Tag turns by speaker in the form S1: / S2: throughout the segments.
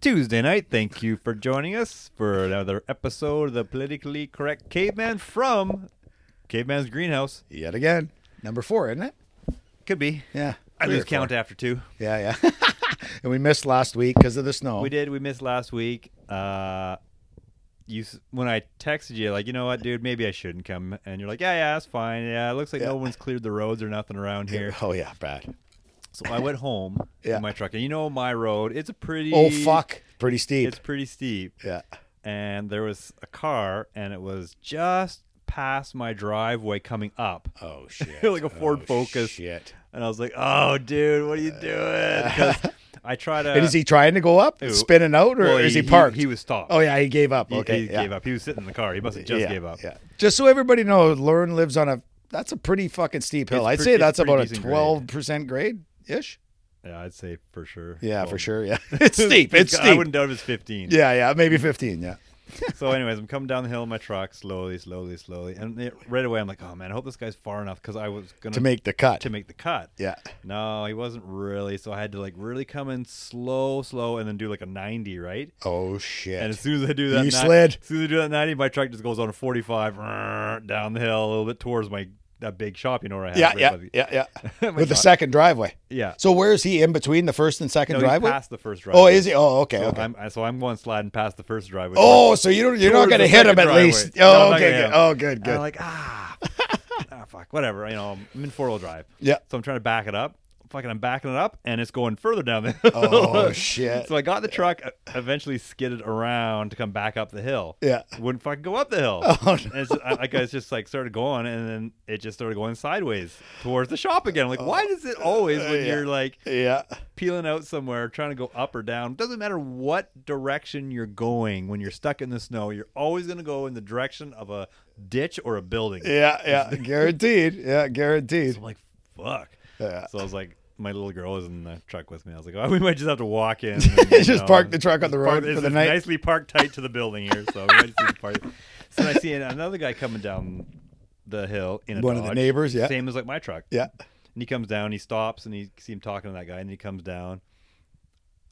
S1: Tuesday night. Thank you for joining us for another episode of the Politically Correct Caveman from Caveman's Greenhouse.
S2: Yet again. Number four, isn't it?
S1: Could be.
S2: Yeah.
S1: I
S2: three
S1: lose
S2: or four.
S1: count after two.
S2: Yeah, yeah. and we missed last week because of the snow.
S1: We did. We missed last week. Uh, you s- when I texted you, like, you know what, dude, maybe I shouldn't come, and you're like, yeah, yeah, that's fine. Yeah, it looks like
S2: Yeah.
S1: no one's cleared the roads or nothing around here.
S2: Oh, yeah, bad.
S1: So I went home
S2: Yeah.
S1: in my truck, and you know my road, it's a pretty.
S2: Oh, fuck. Pretty steep.
S1: It's pretty steep,
S2: yeah.
S1: and there was a car, and it was just past my driveway coming up.
S2: Oh, shit.
S1: Like a Ford
S2: Oh,
S1: Focus.
S2: Shit.
S1: And I was like, "Oh, dude, what are you doing?" 'Cause I try to.
S2: and is he trying to go up,
S1: Uh, Ooh.
S2: spinning out, or
S1: Well,
S2: is he, parked?
S1: He, was stopped.
S2: oh, yeah, he gave up.
S1: He,
S2: Okay.
S1: he
S2: yeah.
S1: gave up. He was sitting in the car. He must have just
S2: yeah,
S1: gave up.
S2: Yeah. Just so everybody knows, Lauren lives on a, that's a pretty fucking steep hill.
S1: It's
S2: I'd
S1: pre-
S2: say
S1: it's
S2: that's
S1: pretty
S2: about a
S1: decent
S2: 12% grade ish.
S1: Yeah, I'd say for sure.
S2: Yeah,
S1: Well,
S2: for sure. Yeah. it's steep. It's
S1: I
S2: steep.
S1: wouldn't doubt if it's 15.
S2: Yeah, yeah. Maybe 15. Yeah.
S1: So, anyways, I'm coming down the hill in my truck slowly, slowly, slowly, and it- right away I'm like, "Oh man, I hope this guy's far enough because I was gonna
S2: To make the cut.
S1: to make the cut."
S2: yeah.
S1: No, he wasn't really. So I had to like really come in slow, slow, and then do like a 90, right?
S2: Oh, shit.
S1: And as soon as I do that, ni-
S2: You slid.
S1: As soon as I do that 90, my truck just goes on a 45 down the hill a little bit towards my that big shop. You know where I have
S2: yeah,
S1: right
S2: yeah,
S1: by the-
S2: yeah, yeah.
S1: Oh my
S2: With the
S1: God.
S2: second driveway.
S1: yeah.
S2: So where is he in between the first and second
S1: No, he's
S2: driveway?
S1: past the first driveway.
S2: Oh, is he? Oh, okay,
S1: So
S2: okay.
S1: I'm I- so I'm going sliding past the first driveway.
S2: oh, so you don't, you're not
S1: Towards
S2: going to
S1: the
S2: hit him
S1: second
S2: at
S1: driveway.
S2: least.
S1: No, I'm
S2: Oh,
S1: not
S2: okay,
S1: gonna hit
S2: good.
S1: him.
S2: Oh, good,
S1: And I'm
S2: good.
S1: like ah, ah, fuck, whatever. You know, I'm in four wheel drive.
S2: Yeah.
S1: So I'm trying to back it up. Fucking, I'm backing it up, and it's going further down the hill.
S2: Oh, shit.
S1: So I got the truck, uh, eventually skidded around to come back up the hill.
S2: Yeah.
S1: Wouldn't fucking go up the hill.
S2: Oh,
S1: And it's, I, I guess just like started going, and then it just started going sideways towards the shop again. I'm like, why does it always
S2: Uh,
S1: when
S2: yeah.
S1: you're like
S2: Yeah.
S1: peeling out somewhere, trying to go up or down. Doesn't matter what direction you're going when you're stuck in the snow, you're always going to go in the direction of a ditch or a building.
S2: Yeah, yeah. guaranteed. Yeah, guaranteed.
S1: I'm like, fuck.
S2: Yeah.
S1: So I was like, my little girl was in the truck with me. I was like, oh, we might just have to walk in. and,
S2: Just
S1: you know,
S2: park the truck on the
S1: just park-
S2: road for
S1: it's
S2: the
S1: just
S2: night.
S1: Nicely parked tight to the building here. So we might just need to park. So I see another guy coming down the hill in a
S2: One of the
S1: Dodge,
S2: neighbors, yeah.
S1: Same as like my truck.
S2: Yeah.
S1: And he comes down, he stops, and he see him talking to that guy, and he comes down.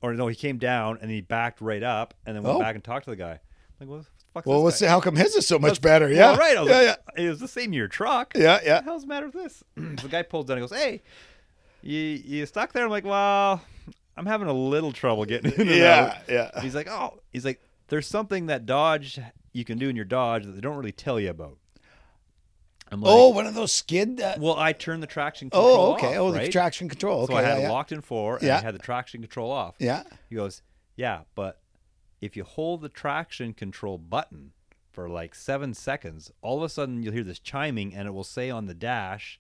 S1: Or no, he came down and he backed right up and then went
S2: Oh.
S1: back and talked to the guy. I'm like, what the fuck's
S2: Well,
S1: this
S2: what's
S1: guy?
S2: how come his is so much better? Yeah.
S1: Well, right. I was
S2: yeah,
S1: like, It was the same year truck.
S2: yeah, yeah,
S1: What the hell's the matter with this? so the guy pulls down and goes, Hey, you you stuck there? I'm like, Well, I'm having a little trouble getting in
S2: yeah,
S1: and
S2: yeah,
S1: out."
S2: yeah.
S1: He's like, Oh he's like, there's something that Dodge you can do in your Dodge that they don't really tell you about. I'm like
S2: oh, one of those skid. Uh,
S1: well, I turned the traction control
S2: oh, okay.
S1: off,
S2: oh, the
S1: right?
S2: traction control. Okay,
S1: so I had
S2: yeah,
S1: it
S2: yeah.
S1: locked in four and I
S2: Yeah.
S1: had the traction control off.
S2: yeah.
S1: He goes, Yeah, but if you hold the traction control button for like seven seconds, all of a sudden you'll hear this chiming and it will say on the dash,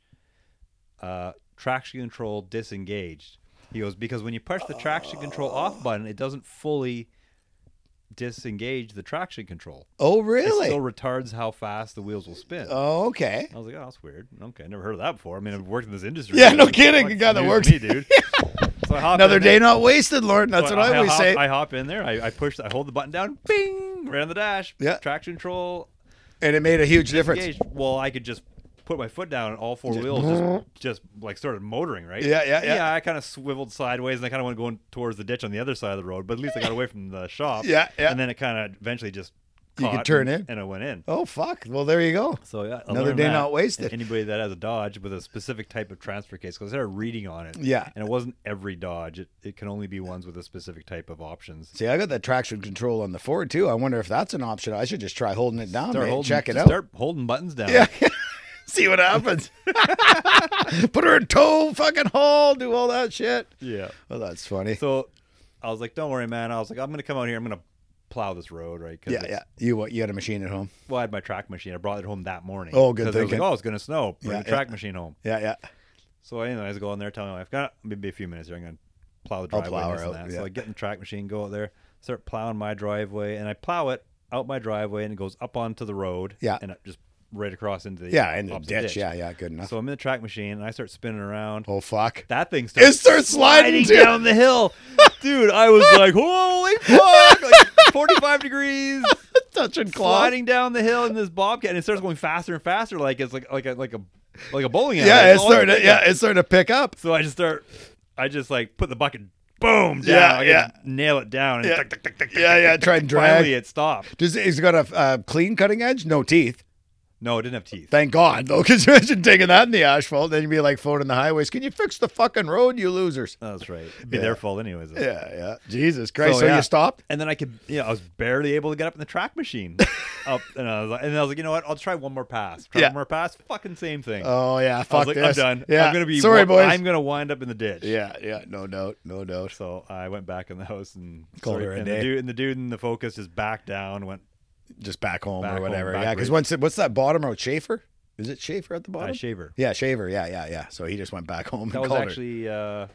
S1: uh, traction control disengaged. He goes, Because when you push the traction control off button, it doesn't fully disengage the traction control.
S2: Oh,
S1: It
S2: really?
S1: still retards how fast the wheels will spin.
S2: oh, okay.
S1: I was like, oh, that's weird. Okay, I never heard of that before. I mean, I've worked in this industry.
S2: Yeah,
S1: but
S2: no
S1: it's
S2: kidding.
S1: fucking
S2: God, that
S1: news to
S2: works.
S1: me, dude. so I hop
S2: Another
S1: in
S2: day
S1: there.
S2: not wasted, Lauren. That's
S1: So
S2: what I, always
S1: hop,
S2: say.
S1: I hop in there. I, I push. I hold the button down. Bing! Ran the dash.
S2: Yeah.
S1: Traction control.
S2: and it made a huge difference.
S1: Engaged. Well, I could just put my foot down, and all four wheels just, just like started motoring, right?
S2: Yeah, yeah, yeah.
S1: Yeah, I kind of swiveled sideways, and I kind of went going towards the ditch on the other side of the road. But at least I got away from the shop.
S2: Yeah, yeah.
S1: And then it kind of eventually just.
S2: You could
S1: caught
S2: turn
S1: and,
S2: in.
S1: and I went in.
S2: Oh fuck! Well, there you go.
S1: So yeah, I
S2: Another
S1: learned
S2: day
S1: that.
S2: not wasted.
S1: And Anybody that has a Dodge with a specific type of transfer case, because they're reading on it.
S2: Yeah.
S1: And it wasn't every Dodge. It, it can only be ones with a specific type of options.
S2: See, I got that traction control on the Ford too. I wonder if that's an option. I should just try holding it down,
S1: Start
S2: mate,
S1: holding,
S2: check it
S1: just
S2: out.
S1: Start holding buttons down.
S2: Yeah, see what happens. Put her in tow, fucking haul, do all that shit.
S1: Yeah.
S2: Well, that's funny.
S1: So I was like, "Don't worry, man." I was like, "I'm gonna come out here. I'm gonna plow this road, right?" 'Cause
S2: yeah,
S1: it's-
S2: yeah. You what? You had a machine at home?
S1: Well, I had my track machine. I brought it home that morning.
S2: Oh, good
S1: 'Cause I was like,
S2: thinking.
S1: oh, it's gonna snow. Bring
S2: Yeah,
S1: the
S2: yeah.
S1: track machine home.
S2: Yeah, yeah.
S1: So anyways, I was going there, telling my wife, got maybe a few minutes here. I'm gonna plow the
S2: I'll
S1: driveway.
S2: plow
S1: and this
S2: her
S1: and
S2: out,
S1: that.
S2: yeah.
S1: So I get in the track machine, go out there, start plowing my driveway, and I plow it out my driveway, and it goes up onto the road.
S2: Yeah.
S1: and it just right across into the
S2: Yeah, in the
S1: up
S2: ditch. Yeah, yeah. Good enough.
S1: So I'm in the track machine, and I start spinning around.
S2: oh fuck!
S1: That thing starts
S2: It starts sliding, too.
S1: down the hill, dude. I was like, holy fuck! Like 45 degrees.
S2: Touch and claw.
S1: Sliding down the hill in this bobcat, and it starts going faster and faster, like it's like like a like a like a bowling alley.
S2: Yeah,
S1: That's
S2: it's
S1: all I
S2: starting.
S1: could
S2: To,
S1: think of.
S2: yeah, it's starting to pick up.
S1: So I just start, I just like put the bucket boom,
S2: Yeah,
S1: down.
S2: yeah.
S1: Yeah, Nail it down. And
S2: Yeah.
S1: tuck, tuck, tuck, tuck,
S2: Yeah,
S1: tuck,
S2: yeah,
S1: tuck,
S2: try
S1: tuck.
S2: and drag.
S1: Finally, it stopped.
S2: Does he's got a uh, clean cutting edge? No teeth.
S1: No, it didn't have teeth.
S2: Thank God, though, because imagine taking that in the asphalt, then you'd be like floating the highways. Can you fix the fucking road, you losers?
S1: That's right. It'd be
S2: Yeah.
S1: their fault, anyways.
S2: Yeah, yeah. Jesus Christ. So,
S1: yeah.
S2: you stopped?
S1: And then I could, you know, I was barely able to get up in the track machine. up and I was like, and I was like, you know what? I'll try one more pass. Try
S2: Yeah.
S1: one more pass. Fucking same thing.
S2: Oh yeah,
S1: I was
S2: fuck
S1: like,
S2: this.
S1: I'm done.
S2: Yeah,
S1: I'm gonna be.
S2: sorry,
S1: one-
S2: boys.
S1: I'm gonna wind up in the ditch.
S2: Yeah, yeah, no doubt, no doubt.
S1: So I went back in the house and
S2: Called
S1: sorry,
S2: her a
S1: and
S2: day.
S1: The dude, and the dude in the focus just backed down. Went
S2: Just back home
S1: Back
S2: or
S1: home,
S2: whatever.
S1: back
S2: yeah, because
S1: route.
S2: once it, what's that bottom road? Schaefer? Is it Schaefer at the
S1: uh,
S2: bottom?
S1: shaver.
S2: yeah, Shaver. Yeah, yeah, yeah. So he just went back home
S1: That
S2: and
S1: was
S2: called
S1: actually uh,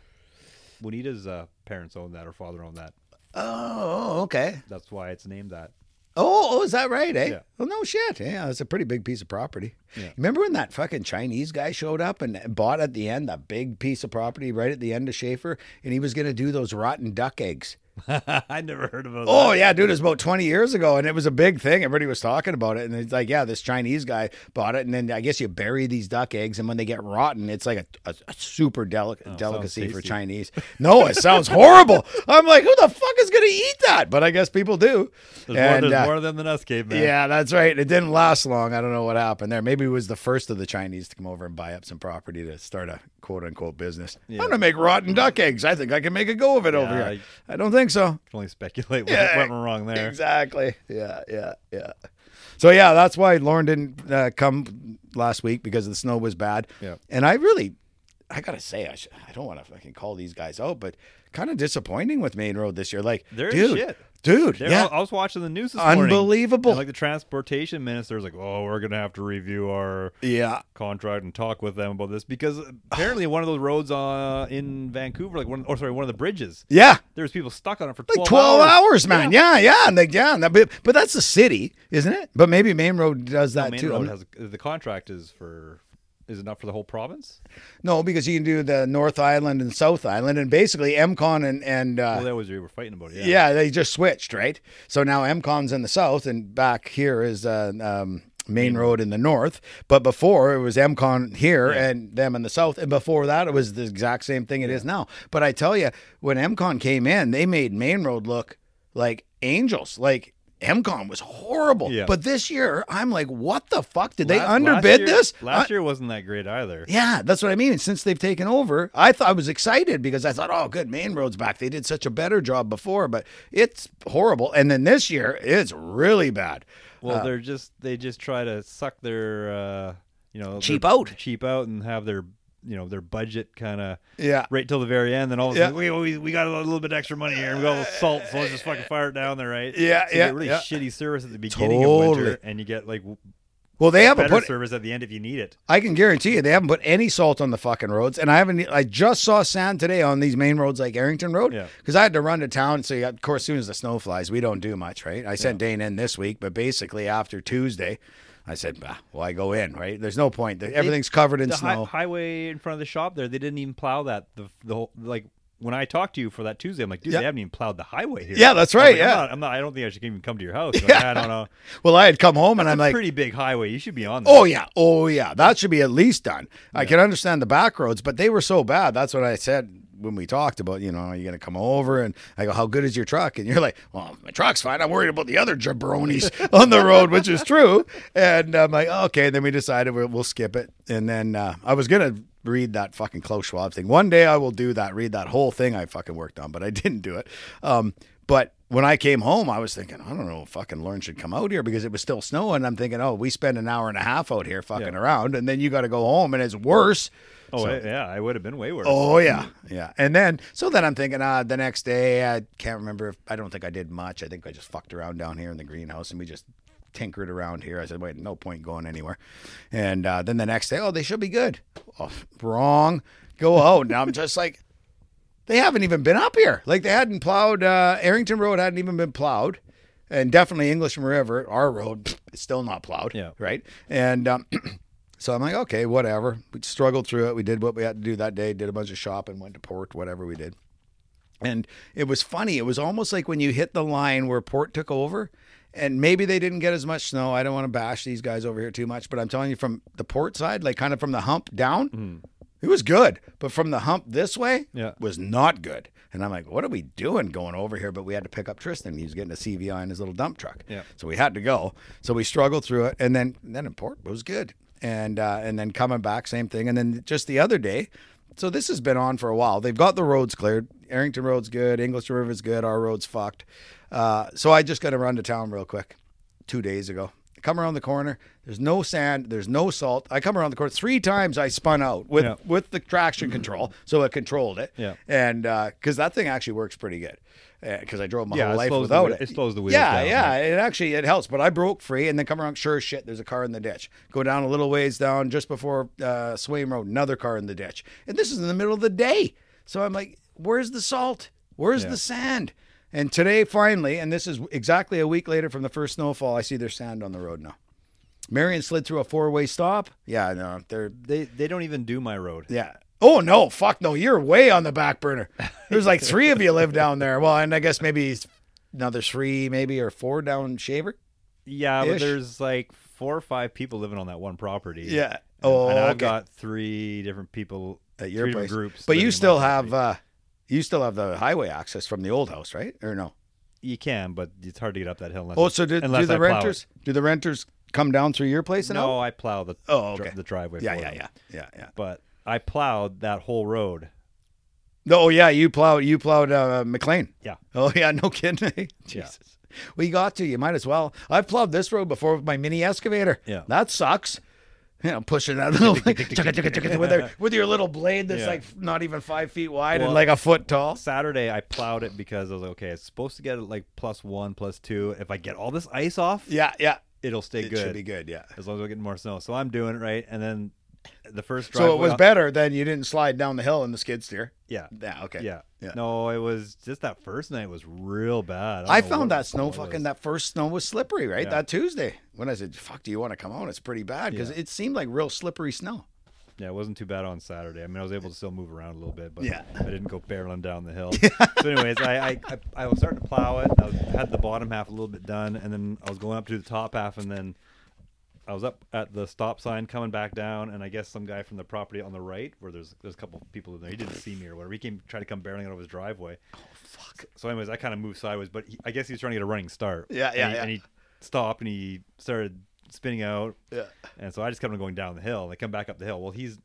S1: Juanita's uh, parents owned that. Her father owned that.
S2: her. Oh, oh, okay.
S1: That's why it's named that.
S2: Oh, oh, is that right? Eh?
S1: Yeah.
S2: Well, no shit. Yeah, it's a pretty big piece of property.
S1: Yeah.
S2: Remember when that fucking Chinese guy showed up and bought at the end that big piece of property right at the end of Schaefer, and he was gonna do those rotten duck eggs.
S1: I never heard of it.
S2: Oh yeah, dude, it was about twenty years ago, and it was a big thing. Everybody was talking about it, and it's like, yeah, this Chinese guy bought it, and then I guess you bury these duck eggs, and when they get rotten, it's like a, a, a super delic- delicacy for
S1: Oh, tasty.
S2: Chinese. No, it sounds horrible. I'm like, who the fuck is gonna eat that? But I guess people do.
S1: There's,
S2: And,
S1: more, there's
S2: uh,
S1: more of them than us, caveman.
S2: yeah, that's right. It didn't last long. I don't know what happened there. Maybe it was the first of the Chinese to come over and buy up some property to start a quote unquote business.
S1: Yeah.
S2: I'm gonna make rotten duck eggs. I think I can make a go of it over
S1: Yeah,
S2: here. I don't think so.
S1: can only speculate what
S2: Yeah,
S1: went wrong there.
S2: Exactly. Yeah, yeah, yeah. So yeah, that's why Lauren didn't uh, come last week because the snow was bad.
S1: Yeah.
S2: And I really, I gotta say, I, sh- I don't want to fucking call these guys out, but kind of disappointing with Main Road this year. Like,
S1: They're
S2: dude,
S1: shit.
S2: dude,
S1: There-
S2: yeah,
S1: I was watching the news this morning.
S2: unbelievable.
S1: And, like the transportation minister was like, "Oh, we're gonna have to review our
S2: yeah,
S1: contract and talk with them about this because apparently one of those roads uh, in Vancouver, like one, or sorry, one of the bridges,
S2: yeah.
S1: there was people stuck on it for 12,
S2: Like 12 hours, man. Yeah, yeah. And they, yeah and that- but, but that's the city, isn't it? But maybe Main Road does that
S1: Main
S2: too.
S1: road
S2: I'm-
S1: has the contract is for is enough for the whole province.
S2: Uh, no, because you can do the North Island and South Island, and basically MCON and, and uh,
S1: Well, that was we were fighting about. it, Yeah.
S2: Yeah, they just switched, right? So now MCON's in the south, and back here is uh, um, Main Road in the north. But before it was MCON here and them in the south, and before that it was the exact same thing it is now. But I tell you, when MCON came in, they made Main Road look like angels, like. MCON was horrible,
S1: Yeah.
S2: but this year I'm like, what the fuck did they
S1: Last-
S2: underbid
S1: last year-
S2: this? Uh,
S1: Last year wasn't that great either.
S2: Yeah, that's what I mean. Since they've taken over, I thought I was excited because I thought, oh, good, Main Road's back. They did such a better job before, but it's horrible. And then this year, it's really bad.
S1: Well,
S2: uh,
S1: they're just they just try to suck their uh, you know their-
S2: Cheap out.
S1: cheap out, and have their you know their budget kind of
S2: Yeah.
S1: right till the very end. Then all of a
S2: Yeah.
S1: sudden, we, we we got a little bit extra money here. We got a little salt, so let's just fucking fire it down there, right?
S2: Yeah,
S1: So you
S2: yeah,
S1: get really
S2: yeah.
S1: shitty service at the beginning of
S2: Totally.
S1: winter, and you get like w-
S2: Well, they haven't
S1: better
S2: put.
S1: service at the end if you need it.
S2: I can guarantee you, they haven't put any salt on the fucking roads. And I haven't. e, I just saw sand today on these main roads like Arrington Road
S1: Yeah.
S2: because I had to run to town. So, yeah, of course, soon as the snow flies, we don't do much, right? I sent Dane in this week, but basically after Tuesday, I said, bah, why go in, right? There's no point. Everything's covered in
S1: The hi-
S2: snow.
S1: highway in front of the shop there, they didn't even plow that. The the whole like. When I talked to you for that Tuesday, I'm like, dude,
S2: Yeah.
S1: they haven't even plowed the highway here.
S2: Yeah, that's
S1: I was
S2: right,
S1: like,
S2: yeah.
S1: I'm not, I'm not- I don't think I should even come to your house. Like, I don't know.
S2: Well, I had come home and I'm
S1: It's a
S2: like,
S1: pretty big highway. You should be on. That.
S2: Oh yeah, oh yeah, that should be at least done. I can understand the back roads, but they were so bad. That's what I said when we talked about. You know, are you going to come over? And I go, how good is your truck? And you're like, well, my truck's fine. I'm worried about the other jabronis on the road, which is true. And I'm like, okay. then we decided we'll, we'll skip it. And then uh, I was gonna read that fucking Klaus Schwab thing. One day I will do that. Read that whole thing I fucking worked on, but I didn't do it. Um, but when I came home, I was thinking, I don't know if fucking Lauren should come out here because it was still snowing. I'm thinking, oh, we spend an hour and a half out here fucking around, and then you got to go home, and it's worse.
S1: Oh I- yeah, I would have been way worse.
S2: Oh yeah, yeah. And then so then I'm thinking, ah, the next day I can't remember if I don't think I did much. I think I just fucked around down here in the greenhouse and we just tinkered around here. I said, wait, no point going anywhere. And uh, then the next day, oh, they should be good. Oh, wrong. Go out. Now I'm just like, they haven't even been up here. Like they hadn't plowed. Uh, Arrington Road hadn't even been plowed, and definitely Englishman River, our road, is still not plowed.
S1: Yeah.
S2: Right. And um, so I'm like, okay, whatever. We struggled through it. We did what we had to do that day. Did a bunch of shopping, went to port, whatever we did. And it was funny. It was almost like when you hit the line where Port took over, and maybe they didn't get as much snow. I don't want to bash these guys over here too much, but I'm telling you, from the Port side, like kind of from the hump down, It was good, but from the hump this way
S1: Mm. Yeah.
S2: was not good. And I'm like, what are we doing going over here? But we had to pick up Tristan. He was getting a CVI in his little dump truck.
S1: Yeah.
S2: So we had to go. So we struggled through it, and then then in port it was good, and uh, and then coming back, same thing. And then just the other day, so this has been on for a while. They've got the roads cleared. Arrington Road's good. English River's good. Our road's fucked. Uh, so I just got to run to town real quick. Two days ago, come around the corner. There's no sand. There's no salt. I come around the corner three times. I spun out with
S1: Yeah.
S2: with the traction control, so it controlled it.
S1: Yeah.
S2: And because that thing actually works pretty good, because I drove my
S1: Yeah,
S2: whole
S1: it
S2: life
S1: slows the
S2: without
S1: wheel-
S2: it.
S1: it slows the wheels
S2: Yeah,
S1: down,
S2: yeah. It actually it helps. But I broke free and then come around. Sure as shit, there's a car in the ditch. Go down a little ways down just before uh, Swaim Road, another car in the ditch. And this is in the middle of the day, so I'm like, where's the salt? Where's the sand? And today, finally, and this is exactly a week later from the first snowfall, I see there's sand on the road now. Marion slid through a four-way stop. Yeah, no, they're
S1: They they don't even do my road.
S2: yeah. Oh no, fuck no, you're way on the back burner. There's like three of you live down there. Well, and I guess maybe another three, maybe or four down Shaver.
S1: Yeah, but
S2: Ish.
S1: there's like four or five people living on that one property.
S2: Yeah.
S1: And-
S2: Oh,
S1: and I've
S2: okay.
S1: got three different people
S2: At your
S1: three
S2: place,
S1: different groups.
S2: but
S1: living in
S2: you
S1: my
S2: still
S1: property.
S2: have uh, you still have the highway access from the old house, right? Or no?
S1: you can, but it's hard to get up that hill. Unless
S2: Oh,
S1: it's-
S2: so do, do
S1: unless I
S2: the
S1: plow it.
S2: renters? Do the renters come down through your place and out?
S1: No, I plow the
S2: Oh, okay.
S1: dri- the driveway.
S2: Yeah,
S1: for
S2: yeah,
S1: them.
S2: yeah, yeah, yeah.
S1: But I plowed that whole road.
S2: No, oh yeah, you plowed you plowed uh, McLean.
S1: Yeah.
S2: Oh yeah, no kidding. Jesus. We got to, you might as well. I've plowed this road before with my mini excavator.
S1: Yeah.
S2: That sucks. You know, pushing that little thing with, your, with your little blade that's
S1: Yeah.
S2: like not even five feet wide and
S1: Well-
S2: like a foot tall.
S1: Saturday I plowed it because I was like, okay, it's supposed to get like plus one, plus two. If I get all this ice off,
S2: Yeah, yeah.
S1: it'll stay
S2: It
S1: good.
S2: should be good, yeah.
S1: as long as we're getting more snow. So I'm doing it right, and then the first drive.
S2: So it was better than you didn't slide down the hill in the skid steer.
S1: Yeah,
S2: Yeah, okay.
S1: yeah,
S2: Yeah.
S1: No, it was just that first night was real bad. don't
S2: I
S1: know
S2: found
S1: what-
S2: that snow
S1: what Oh, it
S2: fucking
S1: was.
S2: that first snow was slippery, right?
S1: Yeah.
S2: That Tuesday. When I said, "Fuck, do you want to come on?" It's pretty bad because
S1: Yeah.
S2: it seemed like real slippery snow.
S1: Yeah, it wasn't too bad on Saturday. I mean, I was able to still move around a little bit, but
S2: Yeah.
S1: I didn't go barreling down the hill. so, anyways, I, I I I was starting to plow it. I was, had the bottom half a little bit done, and then I was going up to the top half, and then I was up at the stop sign coming back down, and I guess some guy from the property on the right, where there's there's a couple people in there, he didn't see me or whatever. He came tried to come barreling out of his driveway. Oh fuck! So, anyways, I kind of moved sideways, but he, I guess he was trying to get a running start.
S2: Yeah,
S1: And
S2: yeah,
S1: he-
S2: yeah.
S1: And he stopped and he started spinning out.
S2: Yeah.
S1: And so I just kept on going down the hill. And I come back up the hill. Well, he's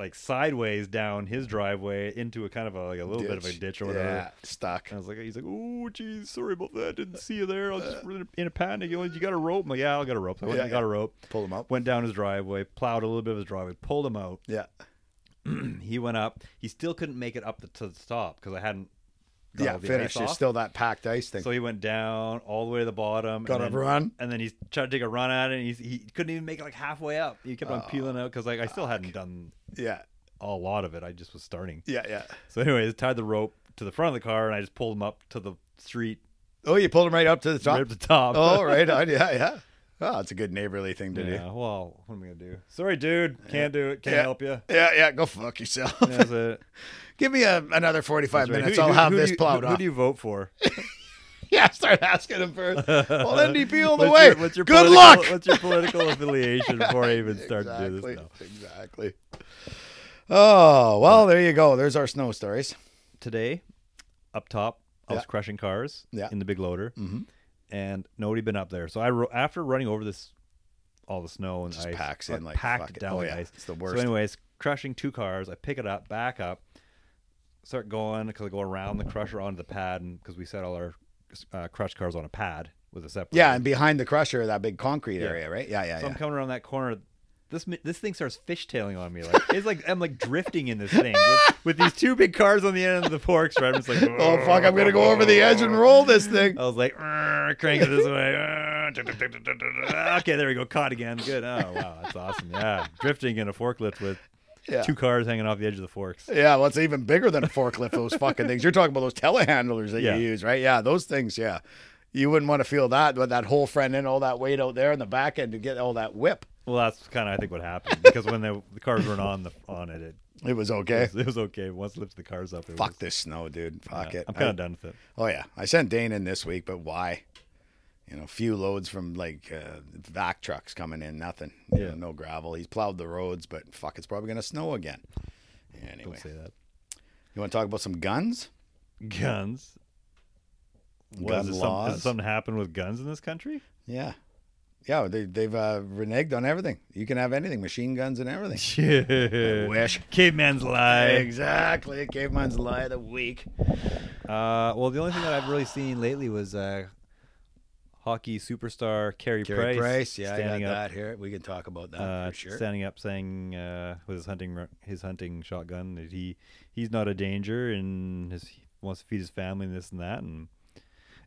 S1: like sideways down his driveway into a kind of a, like a little bit of a ditch or whatever.
S2: Mm. Yeah, stuck.
S1: And I was like, he's like, oh, geez, sorry about that. Didn't see you there. I was just really in a panic. You, know, you got a rope? I'm like, yeah, I got a rope. So I went
S2: Uh. Yeah,
S1: and got a rope.
S2: Pull him up.
S1: Went down his driveway, plowed a little bit of his driveway, pulled him out.
S2: Yeah.
S1: He went up. He still couldn't make it up the, to the top because I hadn't got
S2: Yeah,
S1: all the
S2: finished.
S1: ice
S2: There's
S1: off.
S2: still that packed ice thing.
S1: So he went down all the way to the bottom.
S2: Got
S1: and
S2: a
S1: then-
S2: run?
S1: and then he tried to take a run at it, and he, he couldn't even make it like halfway up. He kept
S2: Oh,
S1: on peeling out because like I still hadn't done
S2: yeah.
S1: a lot of it. I just was starting.
S2: Yeah, yeah.
S1: So anyways, tied the rope to the front of the car, and I just pulled him up to the street,
S2: Oh, you pulled him right up to the top.
S1: right up the top.
S2: oh, right on. Yeah, yeah. Oh, it's a good neighborly thing to
S1: yeah. Well, what am I gonna do? Sorry, dude, can't do it. Can't
S2: Yeah.
S1: help you.
S2: do. Yeah, yeah. Go fuck yourself.
S1: That's it.
S2: Give me a, another forty-five
S1: That's right.
S2: minutes.
S1: Who-
S2: I'll
S1: who-
S2: have
S1: who do
S2: this
S1: you-
S2: plowed
S1: who,
S2: off.
S1: Who do you vote for?
S2: yeah, start asking him first. well, NDP all the
S1: What's
S2: way.
S1: your- what's your
S2: good
S1: political-
S2: luck.
S1: What's your political affiliation before I even start to do
S2: exactly.
S1: this? Now?
S2: Exactly. Oh well, there you go. There's our snow stories.
S1: today up top i was
S2: Yeah.
S1: crushing cars
S2: Yeah.
S1: in the big loader
S2: Mm-hmm.
S1: and nobody been up there so i ro- after running over this all the snow and
S2: Just
S1: ice
S2: packs
S1: I
S2: in like
S1: packed
S2: fuck it.
S1: down
S2: Oh,
S1: the
S2: yeah.
S1: ice
S2: It's the
S1: so
S2: worst.
S1: anyways crushing two cars i pick it up back up start going because i go around the crusher onto the pad and because we set all our uh, crush cars on a pad with a separate
S2: Yeah, and behind the crusher, that big concrete
S1: Yeah.
S2: area, right? Yeah, yeah,
S1: so
S2: yeah.
S1: i'm coming around that corner this, mi- this thing starts fishtailing on me. Like it's like I'm like drifting in this thing with, with these two big cars on the end of the forks. Right, I'm just like,
S2: oh fuck! I'm gonna go over the edge and roll this thing.
S1: I was like, "Arr, crank it this way. Arr, da, da, da, da, da, da, da." okay, there we go. Caught again. Good. Oh, wow. That's awesome. Yeah. Drifting in a forklift with
S2: Yeah.
S1: two cars hanging off the edge of the forks.
S2: Yeah, well, it's even bigger than a forklift. Those fucking things. You're talking about those telehandlers that
S1: Yeah.
S2: you use, right? Yeah, those things. Yeah, you wouldn't want to feel that, but that whole front end, all that weight out there in the back end to get all that whip.
S1: Well, that's kind of, I think, what happened because when the, the cars weren't on the on it, it,
S2: It was okay.
S1: it was okay. Once lifted the cars up, it
S2: Fuck
S1: was.
S2: this snow, dude. Fuck
S1: yeah,
S2: it.
S1: I'm kind
S2: I-
S1: of done with it.
S2: Oh yeah, I sent Dane in this week, but why? You know, few loads from like uh, vac trucks coming in, nothing. You
S1: Yeah.
S2: know, no gravel. He's plowed the roads, but fuck, it's probably gonna snow again. Anyway,
S1: Don't say that.
S2: you want to talk about some guns?
S1: Guns. What,
S2: Gun
S1: is it some,
S2: laws.
S1: has something happened with guns in this country?
S2: Yeah. Yeah, they, they've uh, reneged on everything. You can have anything, machine guns and everything. wish.
S1: Caveman's lie.
S2: Exactly. Caveman's lie of the week.
S1: Uh, well, the only thing that I've really seen lately was uh, hockey superstar Carey,
S2: Gary Price.
S1: Price,
S2: Yeah, I
S1: standing
S2: got
S1: up
S2: that here. We can talk about that
S1: uh,
S2: for sure.
S1: standing up saying uh, with his hunting ro- his hunting shotgun that he he's not a danger and his, he wants to feed his family and this and that and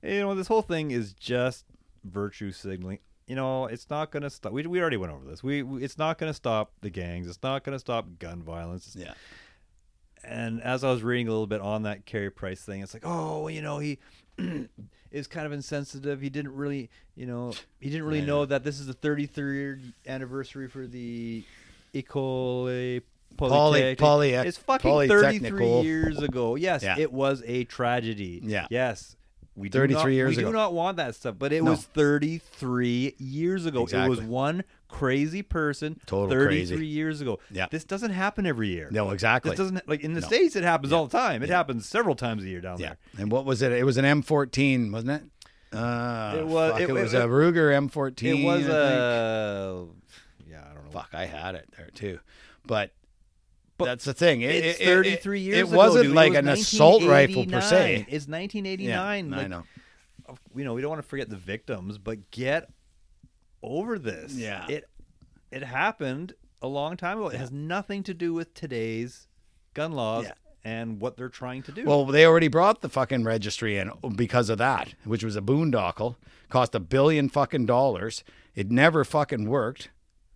S1: you know this whole thing is just virtue signaling. You know it's not going to stop. We, we already went over this. We, we it's not going to stop the gangs. It's not going to stop gun violence. It's-
S2: Yeah.
S1: and as I was reading a little bit on that Carey Price thing, it's like, oh, well, you know, he is kind of insensitive. He didn't really, you know, he didn't really
S2: Yeah.
S1: know that this is the 33rd anniversary for the Ecole
S2: Poly-
S1: Polytechnique.
S2: poly-
S1: it's fucking 33
S2: polytechnical.
S1: years ago. Yes,
S2: Yeah.
S1: it was a tragedy.
S2: Yeah.
S1: Yes. We do
S2: 33
S1: not-
S2: years
S1: we
S2: ago.
S1: do not want that stuff, but it
S2: No.
S1: was 33 years ago. It was
S2: Exactly.
S1: one crazy person
S2: Total
S1: 33
S2: crazy.
S1: years ago.
S2: Yeah.
S1: This doesn't happen every year.
S2: No, exactly.
S1: This doesn't like in the
S2: No.
S1: states. It happens all the time. It happens several times a year down
S2: Yeah.
S1: there.
S2: And what was it? It was an M14, wasn't it? Uh,
S1: It was-
S2: fuck,
S1: it-
S2: it, was
S1: it-
S2: a Ruger M14.
S1: It was uh,
S2: I think.
S1: a yeah. I don't know.
S2: fuck. I had it there too, but.
S1: But
S2: that's the thing. It,
S1: It's
S2: it- it-
S1: 33 years.
S2: It
S1: ago,
S2: wasn't
S1: dude. It
S2: like
S1: was
S2: an assault rifle per
S1: 1989.
S2: se.
S1: It's 1989.
S2: Yeah,
S1: like,
S2: I know.
S1: You know, we don't want to forget the victims, but get over this.
S2: Yeah.
S1: It it happened a long time ago. It has nothing to do with today's gun laws
S2: Yeah.
S1: and what they're trying to do.
S2: Well, they already brought the fucking registry in because of that, which was a boondockle, cost a billion fucking dollars. It never fucking worked.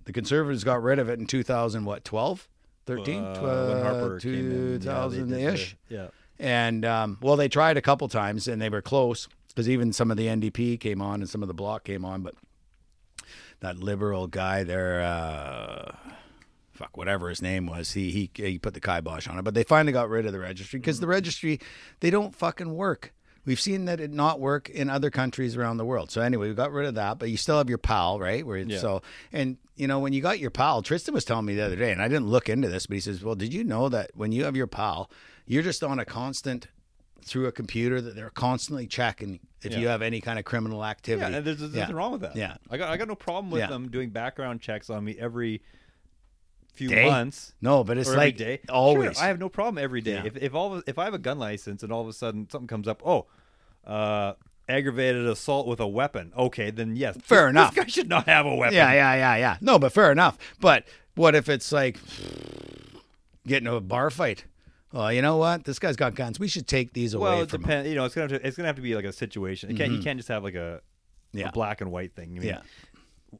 S2: The conservatives got rid of it in 2000, what, 12? 13?
S1: Uh,
S2: Twe-
S1: when Harper came in, yeah, they did
S2: 2000
S1: the-
S2: ish.
S1: Yeah.
S2: And um, well, they tried a couple times and they were close because even some of the NDP came on and some of the bloc came on, but that liberal guy there, uh, fuck, whatever his name was, he, he, he put the kibosh on it. But they finally got rid of the registry because
S1: Mm-hmm.
S2: the registry, they don't fucking work. We've seen that it not work in other countries around the world. So anyway, we got rid of that, but you still have your PAL, right? Where it's
S1: Yeah.
S2: so and you know when you got your PAL, Tristan was telling me the other day, and I didn't look into this, but he says, "Well, did you know that when you have your PAL, you're just on a constant through a computer that they're constantly checking if
S1: Yeah.
S2: you have any kind of criminal activity."
S1: Yeah, and there's, there's
S2: Yeah.
S1: nothing wrong with that.
S2: Yeah.
S1: I got I got no problem with
S2: Yeah.
S1: them doing background checks on me every few
S2: Day?
S1: months.
S2: No, but it's
S1: or
S2: like
S1: every day.
S2: always.
S1: Sure, I have no problem every day.
S2: Yeah.
S1: If if all of- if I have a gun license and all of a sudden something comes up, oh, uh, aggravated assault with a weapon. Okay, then yes,
S2: Fair
S1: this,
S2: enough.
S1: This guy should not have a weapon.
S2: yeah, yeah, yeah, yeah. No, but fair enough. But what if it's like getting a bar fight? Well, you know what? This guy's got guns. We should take these away
S1: Well, it
S2: from him. Mm-hmm.
S1: depends. You know, it's gonna have to, it's gonna have to be like a situation. It can't, You can't just have like a,
S2: Yeah.
S1: a black and white thing. I mean,
S2: Yeah.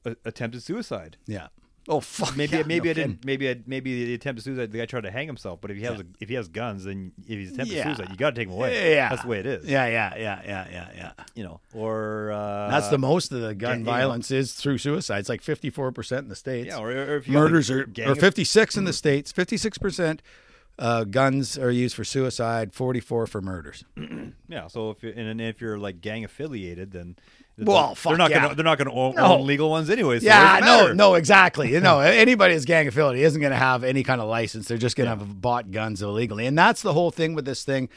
S1: a- attempted suicide.
S2: Yeah. Oh fuck.
S1: Maybe
S2: yeah,
S1: maybe
S2: no
S1: I
S2: kidding.
S1: didn't. Maybe I, maybe the attempt to suicide. The guy tried to hang himself. But if he has a, if he has guns, then if he's attempting
S2: Yeah.
S1: suicide, you got to take him away.
S2: Yeah.
S1: that's the way it is.
S2: Yeah, yeah, yeah, yeah, yeah, yeah.
S1: you know. Or uh,
S2: That's the most of the gun
S1: you know.
S2: violence is through suicide. It's like fifty four percent in the states.
S1: yeah. Or, or if you got, like,
S2: Murders are
S1: gang
S2: or
S1: of-
S2: fifty six in the states. Fifty six percent uh, guns are used for suicide. Forty four for murders.
S1: yeah. So if you're, and, and if you're like gang affiliated, then
S2: Well,
S1: they're
S2: fuck
S1: not
S2: yeah.
S1: gonna they're not gonna own,
S2: No.
S1: own legal ones anyway. So
S2: yeah,
S1: it doesn't
S2: no,
S1: matter.
S2: no, exactly. You know, anybody that's gang affiliated isn't going to have any kind of license. They're just going to have bought guns illegally, and that's the whole thing with this thing.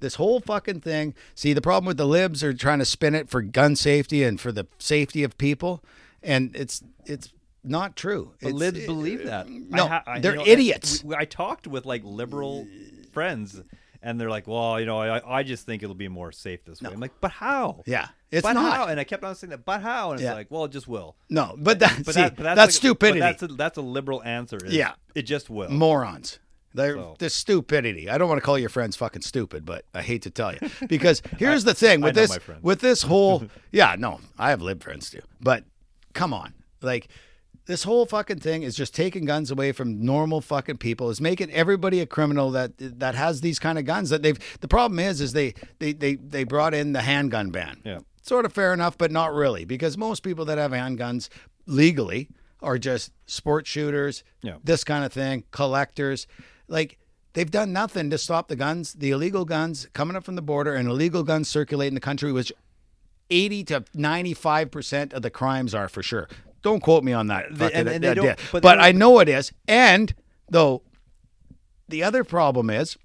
S2: This whole fucking thing. See, the problem with the libs are trying to spin it for gun safety and for the safety of people, and it's it's not true.
S1: But
S2: It's-
S1: libs
S2: it-
S1: believe that.
S2: no,
S1: you
S2: they're
S1: know,
S2: idiots.
S1: I,
S2: Uh,
S1: we- I talked with like liberal friends, and they're like, "Well, you know, I, I just think it'll be more safe this way." I'm like, "But how?
S2: Yeah, it's
S1: but
S2: not.
S1: how?" And I kept on saying that, "But how?" And it's
S2: Yeah.
S1: like, "Well, it just will."
S2: No, but that
S1: But,
S2: see,
S1: that, but
S2: that's,
S1: like- but
S2: stupidity.
S1: that's a, that's a liberal answer. is,
S2: Yeah.
S1: it just will.
S2: morons. They're
S1: So-
S2: this stupidity. I don't want to call your friends fucking stupid, but I hate to tell you because here's the thing with
S1: know
S2: this
S1: my friends.
S2: with this whole yeah no I have lib friends too, but come on like this whole fucking thing is just taking guns away from normal fucking people. Is making everybody a criminal that that has these kind of guns that they've. The problem is is they they they they brought in the handgun ban.
S1: Yeah.
S2: Sort of fair enough, but not really, because most people that have handguns legally are just sport shooters,
S1: Yeah.
S2: this kind of thing, collectors. Like they've done nothing to stop the guns, the illegal guns coming up from the border and illegal guns circulating the country, which 80 to 95% of the crimes are for sure. Don't quote me on that. fucking-
S1: and- and they
S2: that-
S1: don't-
S2: that-
S1: but
S2: but
S1: they don't-
S2: I know it is. And though the other problem is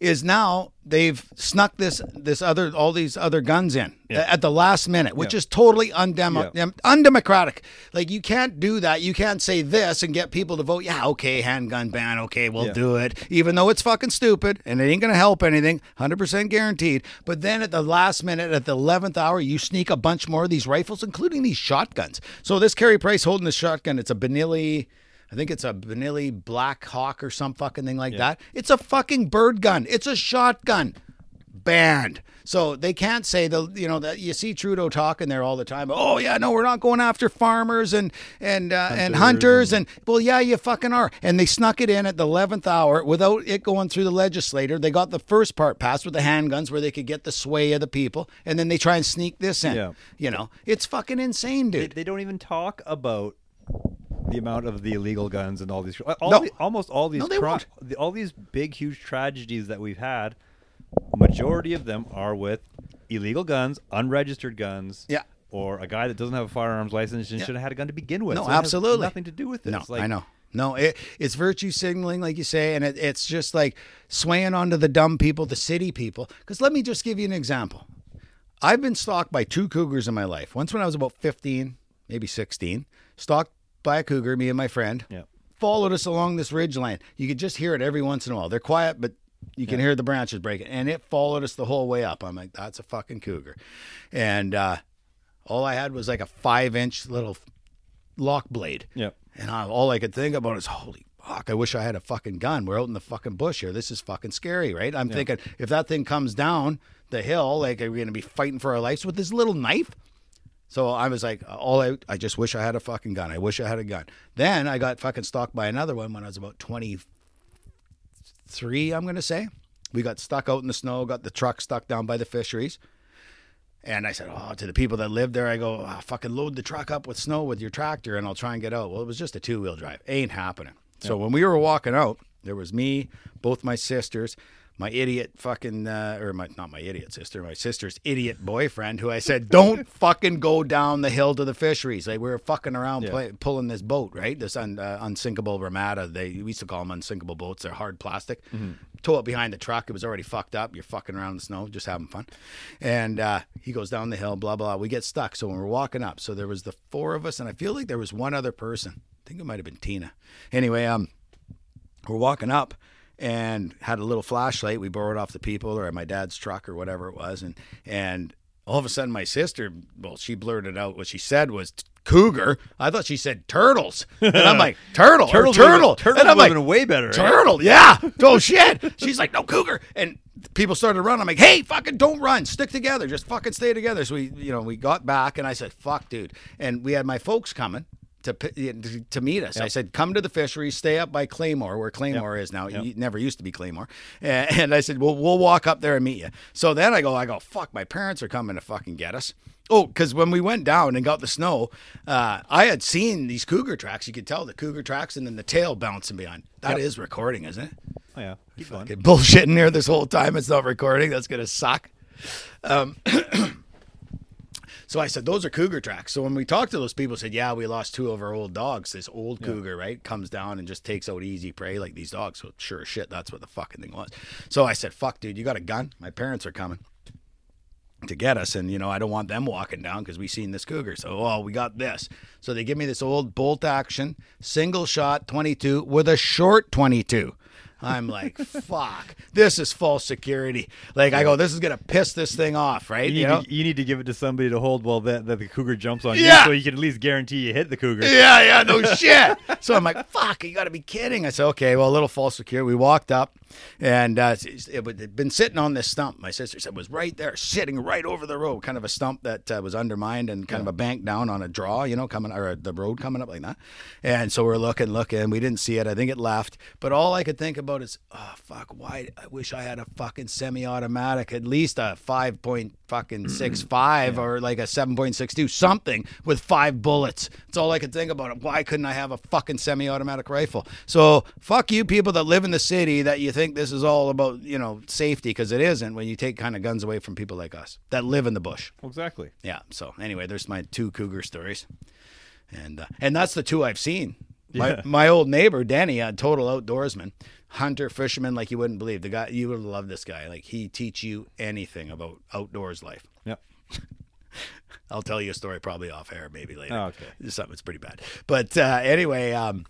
S2: is now they've snuck this this other all these other guns in
S1: Yeah.
S2: at the last minute, which
S1: Yeah.
S2: is totally undemo-
S1: Yeah.
S2: dem- undemocratic. Like you can't do that. You can't say this and get people to vote. Yeah, okay, handgun ban. Okay, we'll
S1: Yeah.
S2: do it, even though it's fucking stupid and it ain't gonna help anything. Hundred percent guaranteed. But then at the last minute, at the eleventh hour, you sneak a bunch more of these rifles, including these shotguns. So this Carey Price holding this shotgun, it's a Benilli. I think it's a Benilli Black Hawk or some fucking thing like that. It's a fucking bird gun. It's a shotgun. Banned. So they can't say the you know that you see Trudeau talking there all the time. Oh yeah, no, we're not going after farmers and and uh, and hunters and well yeah, you fucking are. And they snuck it in at the eleventh hour without it going through the legislator. They got the first part passed with the handguns where they could get the sway of the people, and then they try and sneak this in.
S1: Yeah.
S2: You know, it's fucking insane, dude.
S1: They don't even talk about the amount of the illegal guns and all these. All
S2: No.
S1: the- almost all these.
S2: No, they
S1: tra-
S2: won't.
S1: the- all these big, huge tragedies that we've had. Majority of them are with illegal guns, unregistered guns.
S2: Yeah.
S1: Or a guy that doesn't have a firearms license and should have had a gun to begin with.
S2: No,
S1: So it has
S2: absolutely.
S1: nothing to do with this.
S2: No,
S1: Like,
S2: I know. No, it, it's virtue signaling, like you say, and it, it's just like swaying onto the dumb people, the city people. Because let me just give you an example. I've been stalked by two cougars in my life. Once when I was about 15, maybe 16, stalked by a cougar, me and my friend.
S1: Yeah.
S2: Followed us along this ridgeline. You could just hear it every once in a while. They're quiet, but you can hear the branches breaking. And it followed us the whole way up. I'm like, that's a fucking cougar. And uh, all I had was like a five inch little lock blade.
S1: Yeah.
S2: And I, all I could think about is, holy fuck, I wish I had a fucking gun. We're out in the fucking bush here. This is fucking scary, right? I'm thinking, if that thing comes down the hill, like, are we going to be fighting for our lives with this little knife? So I was like, uh, all I, I just wish I had a fucking gun. I wish I had a gun. Then I got fucking stalked by another one when I was about 23, I'm going to say. We got stuck out in the snow, got the truck stuck down by the fisheries. And I said, Oh, to the people that live there, I go, oh, fucking load the truck up with snow with your tractor and I'll try and get out. Well, it was just a two wheel drive. Ain't happening. So when we were walking out, there was me, both my sisters, my idiot fucking, uh, or my, not my idiot sister, my sister's idiot boyfriend, who I said, Don't fucking go down the hill to the fisheries. Like we were fucking around play, pulling this boat, right? This un, uh, unsinkable Ramada. They we used to call them unsinkable boats. They're hard plastic. Tow it behind the truck. It was already fucked up. You're fucking around in the snow, just having fun. And uh, he goes down the hill, blah blah. We get stuck. So when we're walking up, so there was the four of us, and I feel like there was one other person. I think it might have been Tina. Anyway, um, we're walking up and had a little flashlight we borrowed off the people or my dad's truck or whatever it was and and all of a sudden my sister well she blurted out what she said was cougar i thought she said turtles and i'm like turtle turtle
S1: would've-
S2: turtle
S1: Turtles
S2: and i'm
S1: would've
S2: like
S1: been way better. eh?
S2: turtle yeah oh shit she's like no cougar and people started to run i'm like hey fucking don't run stick together just fucking stay together so we you know we got back and i said fuck dude and we had my folks coming to, pi- to, to meet us, I said, "Come to the fishery. Stay up by Claymore, where Claymore is now. It never used to be Claymore." And, and I said, "Well, we'll walk up there and meet you." So then I go, "I go, fuck, my parents are coming to fucking get us." Oh, because when we went down and got the snow, uh, I had seen these cougar tracks. You could tell the cougar tracks, and then the tail bouncing behind. That is recording, isn't it?
S1: Oh, yeah. Keep going.
S2: Fucking bullshitting here this whole time. It's not recording. That's gonna suck. Um, So I said, those are cougar tracks. So when we talked to those people, said, yeah, we lost two of our old dogs. This old cougar, right, comes down and just takes out easy prey like these dogs. So sure as shit, that's what the fucking thing was. So I said, fuck, dude, you got a gun? My parents are coming to get us, and you know I don't want them walking down because we seen this cougar. So oh, we got this. So they give me this old bolt action single shot 22 with a short 22. I'm like, fuck, this is false security. Like I go, this is gonna piss this thing off, right?
S1: You,
S2: You
S1: need
S2: know?
S1: to, you need to give it to somebody to hold while that, that the cougar jumps on
S2: Yeah.
S1: you, so you can at least guarantee you hit the cougar.
S2: Yeah, yeah, no shit. So I'm like, fuck, you got to be kidding. I said, okay, well, a little false secure. We walked up, and uh, it it would- it'd been sitting on this stump. My sister said it was right there, sitting right over the road, kind of a stump that uh, was undermined and kind of a bank down on a draw, you know, coming or the road coming up like that. And so we're looking, looking. We didn't see it. I think it left. But all I could think about is, oh fuck, why? I wish I had a fucking semi-automatic, at least a five point fucking six five or like a seven point six two, something with five bullets. That's all I could think about. Why couldn't I have a fucking semi-automatic rifle? So fuck you, people that live in the city that you think this is all about, you know, safety because it isn't. When you take kind of guns away from people like us that live in the bush.
S1: Exactly.
S2: Yeah. So anyway, there's my two cougar stories, and uh, and that's the two I've seen. My, my old neighbor Danny, a total outdoorsman, hunter, fisherman, like you wouldn't believe. The guy you would love this guy. Like he teach you anything about outdoors life.
S1: Yep.
S2: I'll tell you a story probably off air maybe later.
S1: Oh, okay.
S2: Something that's pretty bad. But uh, anyway, um,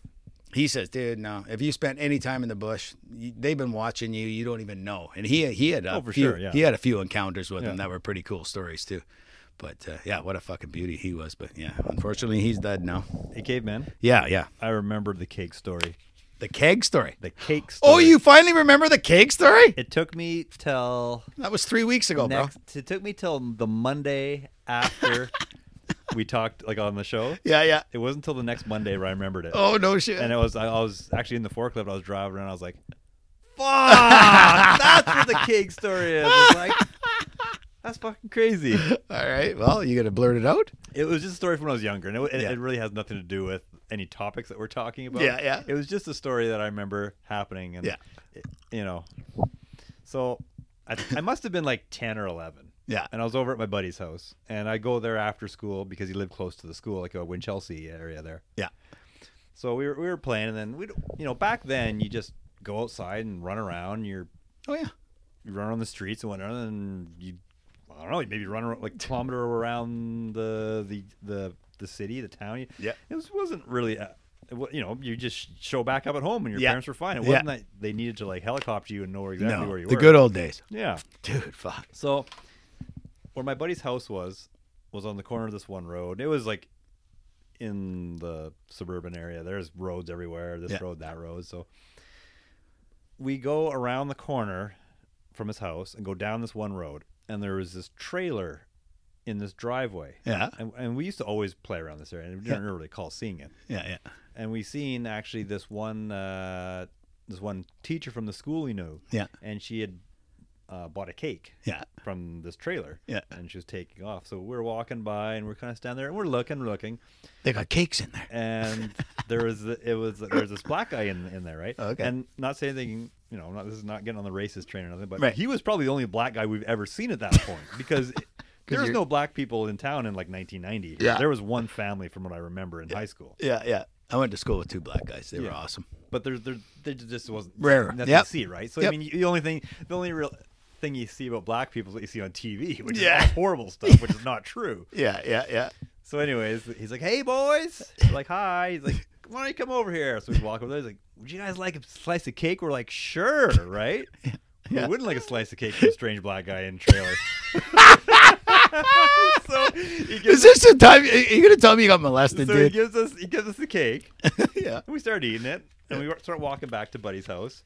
S2: he says, "Dude, no. If you spent any time in the bush, you, they've been watching you. You don't even know." And he he had a
S1: Oh, for
S2: few,
S1: sure, yeah.
S2: he had a few encounters with them
S1: Yeah.
S2: that were pretty cool stories too. But uh, yeah, what a fucking beauty he was. But yeah, unfortunately, he's dead now.
S1: Hey, caveman.
S2: Yeah, yeah.
S1: I remember the cake story.
S2: The keg story.
S1: The cake story.
S2: Oh, you finally remember the keg story?
S1: It took me till
S2: That was three weeks ago,
S1: next.
S2: Oh, bro.
S1: It took me till the Monday after we talked, like on the show.
S2: Yeah, yeah.
S1: It wasn't till the next Monday where I remembered it.
S2: Oh no shit.
S1: And it was I, I was actually in the forklift. I was driving around. I was like, "Fuck! that's what the cake story is." It's like, that's fucking crazy.
S2: All right. Well, you gonna blurt it out?
S1: It was just a story from when I was younger, and it, it,
S2: Yeah.
S1: it really has nothing to do with any topics that we're talking about.
S2: Yeah, yeah.
S1: It was just a story that I remember happening, and
S2: Yeah.
S1: it- you know, so I, I must have been like ten or eleven,
S2: Yeah.
S1: and I was over at my buddy's house, and I go there after school because he lived close to the school, like a Winchelsea area there.
S2: Yeah.
S1: So we were we were playing, and then we, you know, back then you just go outside and run around. You're
S2: Oh yeah.
S1: you run on the streets and whatnot, and you, I don't know, you maybe run around, like kilometer around the the the, the city, the town.
S2: Yeah.
S1: it was, wasn't really. uh it wa- you know, you just show back up at home, and your
S2: Yeah.
S1: parents were fine. It
S2: Yeah.
S1: wasn't that they needed to like helicopter you and know exactly
S2: no,
S1: where you
S2: the
S1: were.
S2: good old days.
S1: yeah.
S2: Dude, fuck.
S1: So, where my buddy's house was, was on the corner of this one road. It was like in the suburban area. There's roads everywhere. This
S2: Yeah.
S1: road, that road. So we go around the corner from his house and go down this one road, and there was this trailer in this driveway.
S2: Yeah.
S1: And, and we used to always play around this area, and we didn't really recall seeing it
S2: Yeah, yeah.
S1: and we seen actually this one uh, this one teacher from the school we knew.
S2: Yeah.
S1: And she had uh, bought a cake.
S2: Yeah.
S1: From this trailer.
S2: Yeah.
S1: And she was taking off. So we're walking by and we're kind of standing there and we're looking, looking,
S2: They got cakes in there.
S1: and there was the- it was there was this black guy in in there, right?
S2: Oh, Okay.
S1: And not saying anything, you know, not, this is not getting on the racist train or nothing, but
S2: Right.
S1: he was probably the only black guy we've ever seen at that point because. There was
S2: you're-
S1: no black people in town in like 1990.
S2: Yeah.
S1: There was one family from what I remember in high school.
S2: Yeah, yeah. I went to school with two black guys. They were
S1: Yeah.
S2: awesome.
S1: but there, there, there just wasn't
S2: Rare.
S1: nothing
S2: Yep.
S1: to see, right? So
S2: Yep.
S1: I mean, the only thing, the only real thing you see about black people is what you see on TV, which
S2: Yeah.
S1: is all horrible stuff, which is not true.
S2: Yeah, yeah, yeah. so
S1: So, anyways, he's like, "Hey, boys!" We're like, "Hi!" He's like, "Why don't you come over here?" So we walk over there. He's like, "Would you guys like a slice of cake?" We're like, "Sure, right?"
S2: Yeah.
S1: We wouldn't like a slice of cake from a strange black guy in a trailer. so he
S2: Is
S1: gives,
S2: this the time are you gonna tell me you got molested,
S1: so he
S2: dude?
S1: gives us he gives us the cake.
S2: yeah.
S1: And we started eating it, and we wa- start walking back to Buddy's house.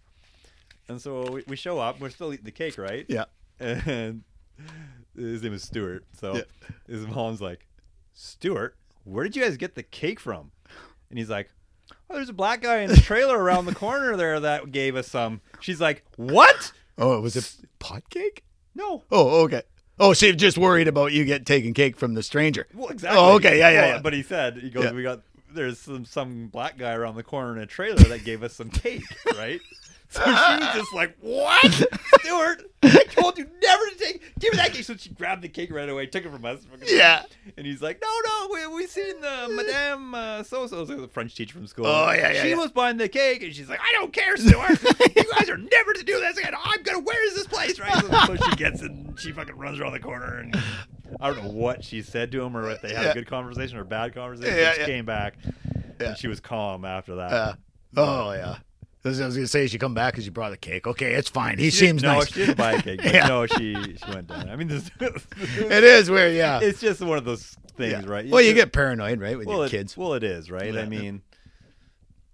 S1: And so we, we show up. We're still eating the cake, right?
S2: Yeah.
S1: And his name is Stuart. So
S2: Yeah.
S1: his mom's like, Stuart, where did you guys get the cake from? And he's like, Oh, there's a black guy in the trailer around the corner there that gave us some. She's like, What?
S2: Oh, was it pot cake?
S1: No.
S2: Oh, okay. Oh, so you're just worried about you get taking cake from the stranger.
S1: Well, exactly.
S2: Oh, okay. Yeah, yeah,
S1: Well,
S2: yeah.
S1: But he said, he goes,
S2: Yeah.
S1: we got there's some some black guy around the corner in a trailer that gave us some cake, right? So she was just like, "What, Stuart? I told you never to take. Give me that cake." So she grabbed the cake right away, took it from us.
S2: Yeah.
S1: And he's like, "No, no, we we seen uh, Madame uh, so so, the French teacher from school.
S2: Oh, yeah, yeah,
S1: She
S2: yeah.
S1: was buying the cake, and she's like, "I don't care, Stuart. you guys are never to do this again. I'm gonna where is this place, right?" So, so she gets it, and she fucking runs around the corner, and I don't know what she said to him, or if they had
S2: Yeah.
S1: a good conversation or a bad conversation.
S2: Yeah,
S1: she
S2: yeah.
S1: came back,
S2: Yeah.
S1: and she was calm after that.
S2: Uh, oh yeah. This is- I was gonna say she come back because you brought the cake. Okay, it's fine. He
S1: She
S2: seems
S1: didn't,
S2: nice.
S1: No, she didn't buy a cake. But
S2: Yeah.
S1: No, she she went down. I mean, this,
S2: it is weird, yeah.
S1: it's just one of those things,
S2: yeah.
S1: right?
S2: Well, you
S1: just-
S2: get paranoid, right, with your
S1: it,
S2: kids.
S1: Well, it is right.
S2: Yeah.
S1: I mean,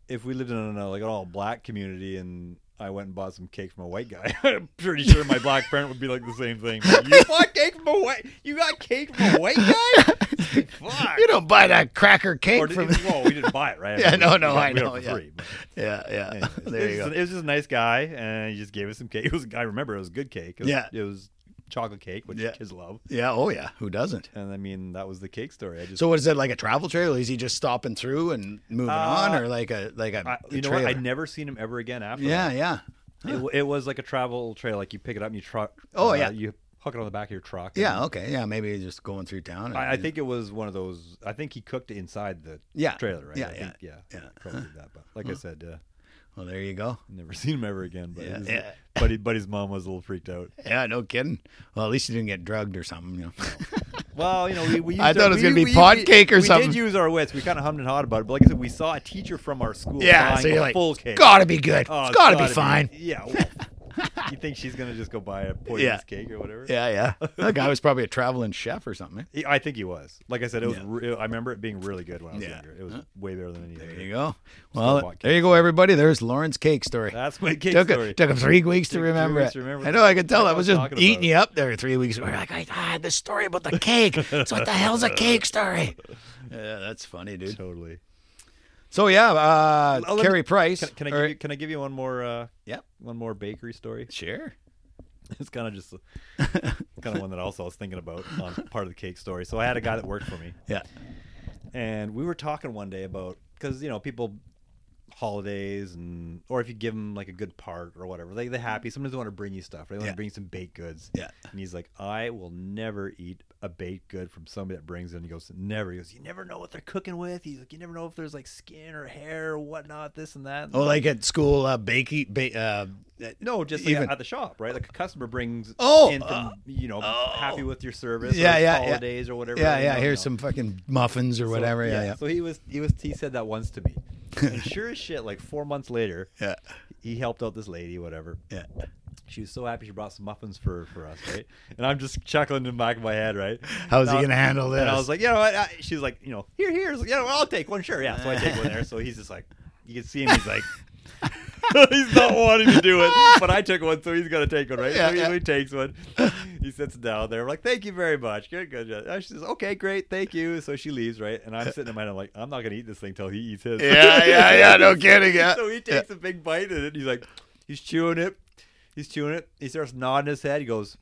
S1: if we lived in a, like an all black community and I went and bought some cake from a white guy, I'm pretty sure my black parent would be like the same thing. Like, you bought cake from a white? You got cake from a white guy? Fuck.
S2: you don't buy that cracker cake
S1: Or did,
S2: from.
S1: well, we didn't buy it, right?
S2: Yeah,
S1: mean,
S2: no,
S1: we-
S2: no,
S1: we got-
S2: I
S1: we got
S2: know,
S1: it for
S2: yeah.
S1: free, but
S2: yeah, yeah.
S1: anyways.
S2: there you
S1: it was,
S2: go.
S1: just, it was just a nice guy, and he just gave us some cake. It was, I remember, it was good cake. It was,
S2: Yeah.
S1: it was chocolate cake, which
S2: Yeah.
S1: kids love.
S2: Yeah. Oh yeah. Who doesn't?
S1: And I mean, that was the cake story. I just
S2: So what is it like a travel trailer? Is he just stopping through and moving on,
S1: Uh,
S2: or like a like a,
S1: I,
S2: a
S1: you know
S2: trailer?
S1: what? I never seen him ever again after. that.
S2: yeah, yeah.
S1: It, it was like a travel trailer. Like you pick it up and you try.
S2: Oh, yeah.
S1: You hook it on the back of your truck. and-
S2: Yeah. Okay. Yeah. Maybe just going through town. and-
S1: I, I think it was one of those. I think he cooked it inside the
S2: Yeah.
S1: trailer, right?
S2: Yeah,
S1: I
S2: yeah,
S1: think, yeah,
S2: yeah.
S1: Probably did that, but like I said, uh,
S2: Well, there you go.
S1: never seen him ever again. But
S2: Yeah,
S1: his,
S2: yeah.
S1: but he, but his mom was a little freaked out.
S2: Yeah. No kidding. Well, at least you didn't get drugged or something. You know.
S1: Well, you know, we, we used
S2: I thought it was
S1: we-
S2: gonna be
S1: we-
S2: pod
S1: we-
S2: cake or
S1: we
S2: something.
S1: did use our wits. We kind of hummed and hawed about it, but like I said, we saw a teacher from our school
S2: yeah.
S1: buying
S2: So you're
S1: a
S2: like,
S1: full cake.
S2: gotta be good.
S1: Oh,
S2: it's gotta, be fine.
S1: Yeah. well, you think she's gonna just go buy a poisonous
S2: Yeah.
S1: cake or whatever?
S2: Yeah. Yeah. That guy was probably a traveling chef or something. eh?
S1: He- I think he was. Like I said, it was.
S2: Yeah.
S1: Re- I remember it being really good when I was
S2: Yeah.
S1: younger. It was way better than anything.
S2: There you go. Well,
S1: bought
S2: there you go, everybody. There's Lauren's cake story.
S1: That's my cake
S2: took,
S1: story.
S2: It, took him three weeks to
S1: Took him three
S2: remember
S1: weeks to
S2: it.
S1: remember
S2: I
S1: it.
S2: know. I could tell.
S1: That's what
S2: I
S1: I
S2: was
S1: was
S2: just
S1: talking
S2: eating
S1: about.
S2: you up there three weeks. We're like, I had the story about the cake. so what the hell's a cake story? Yeah, that's funny, dude.
S1: Totally.
S2: So yeah, uh,
S1: Oh, let me-
S2: Carrie Price.
S1: Can, can I
S2: or-
S1: give you, can I give you one more uh,
S2: Yep.
S1: one more bakery story?
S2: Sure.
S1: It's kind of just kind of one that also I was thinking about on part of the cake story. So I had a guy that worked for me,
S2: Yeah.
S1: and we were talking one day about because you know people holidays and or if you give them like a good part or whatever they they're happy sometimes they want to bring you stuff they want
S2: Yeah.
S1: to bring you some baked goods
S2: Yeah.
S1: and he's like i will never eat a baked good from somebody that brings it and he goes never he goes you never know what they're cooking with he's like you never know if there's like skin or hair or whatnot this and that
S2: Oh, like at school, uh, bakey. Ba- uh,
S1: No, just like
S2: Even-
S1: at the shop, right? Like a customer brings
S2: Oh,
S1: in from,
S2: uh,
S1: you know, happy with your service,
S2: Yeah,
S1: or it's
S2: yeah, yeah.
S1: holidays or whatever.
S2: yeah,
S1: you
S2: yeah.
S1: know,
S2: Here's
S1: you know.
S2: some fucking muffins or
S1: So,
S2: whatever. Yeah, yeah.
S1: So he was, he was, he said that once to me, and sure as shit, like four months later,
S2: Yeah.
S1: he helped out this lady, whatever.
S2: Yeah.
S1: She was so happy she brought some muffins for for us, right? And I'm just chuckling in the back of my head, right?
S2: How's he
S1: Now-
S2: gonna handle this?
S1: and I was like, you know what? I, she's like, you know, here, here. I was Like, yeah, well, I'll take one, sure, yeah. So I take one there. So he's just like, you can see him. He's like, he's not wanting to do it, but I took one, so he's gonna take one, right?
S2: Yeah,
S1: so he,
S2: yeah.
S1: he takes one. He sits down there. I'm like, thank you very much. Good, good. good. And She says, okay, great, thank you. So she leaves, right? And I'm sitting in my head, I'm like, I'm not gonna eat this thing till he eats his.
S2: yeah, yeah, yeah. No kidding. Yeah.
S1: so he takes a big bite and then he's like, he's chewing it, he's chewing it. He starts nodding his head. He goes.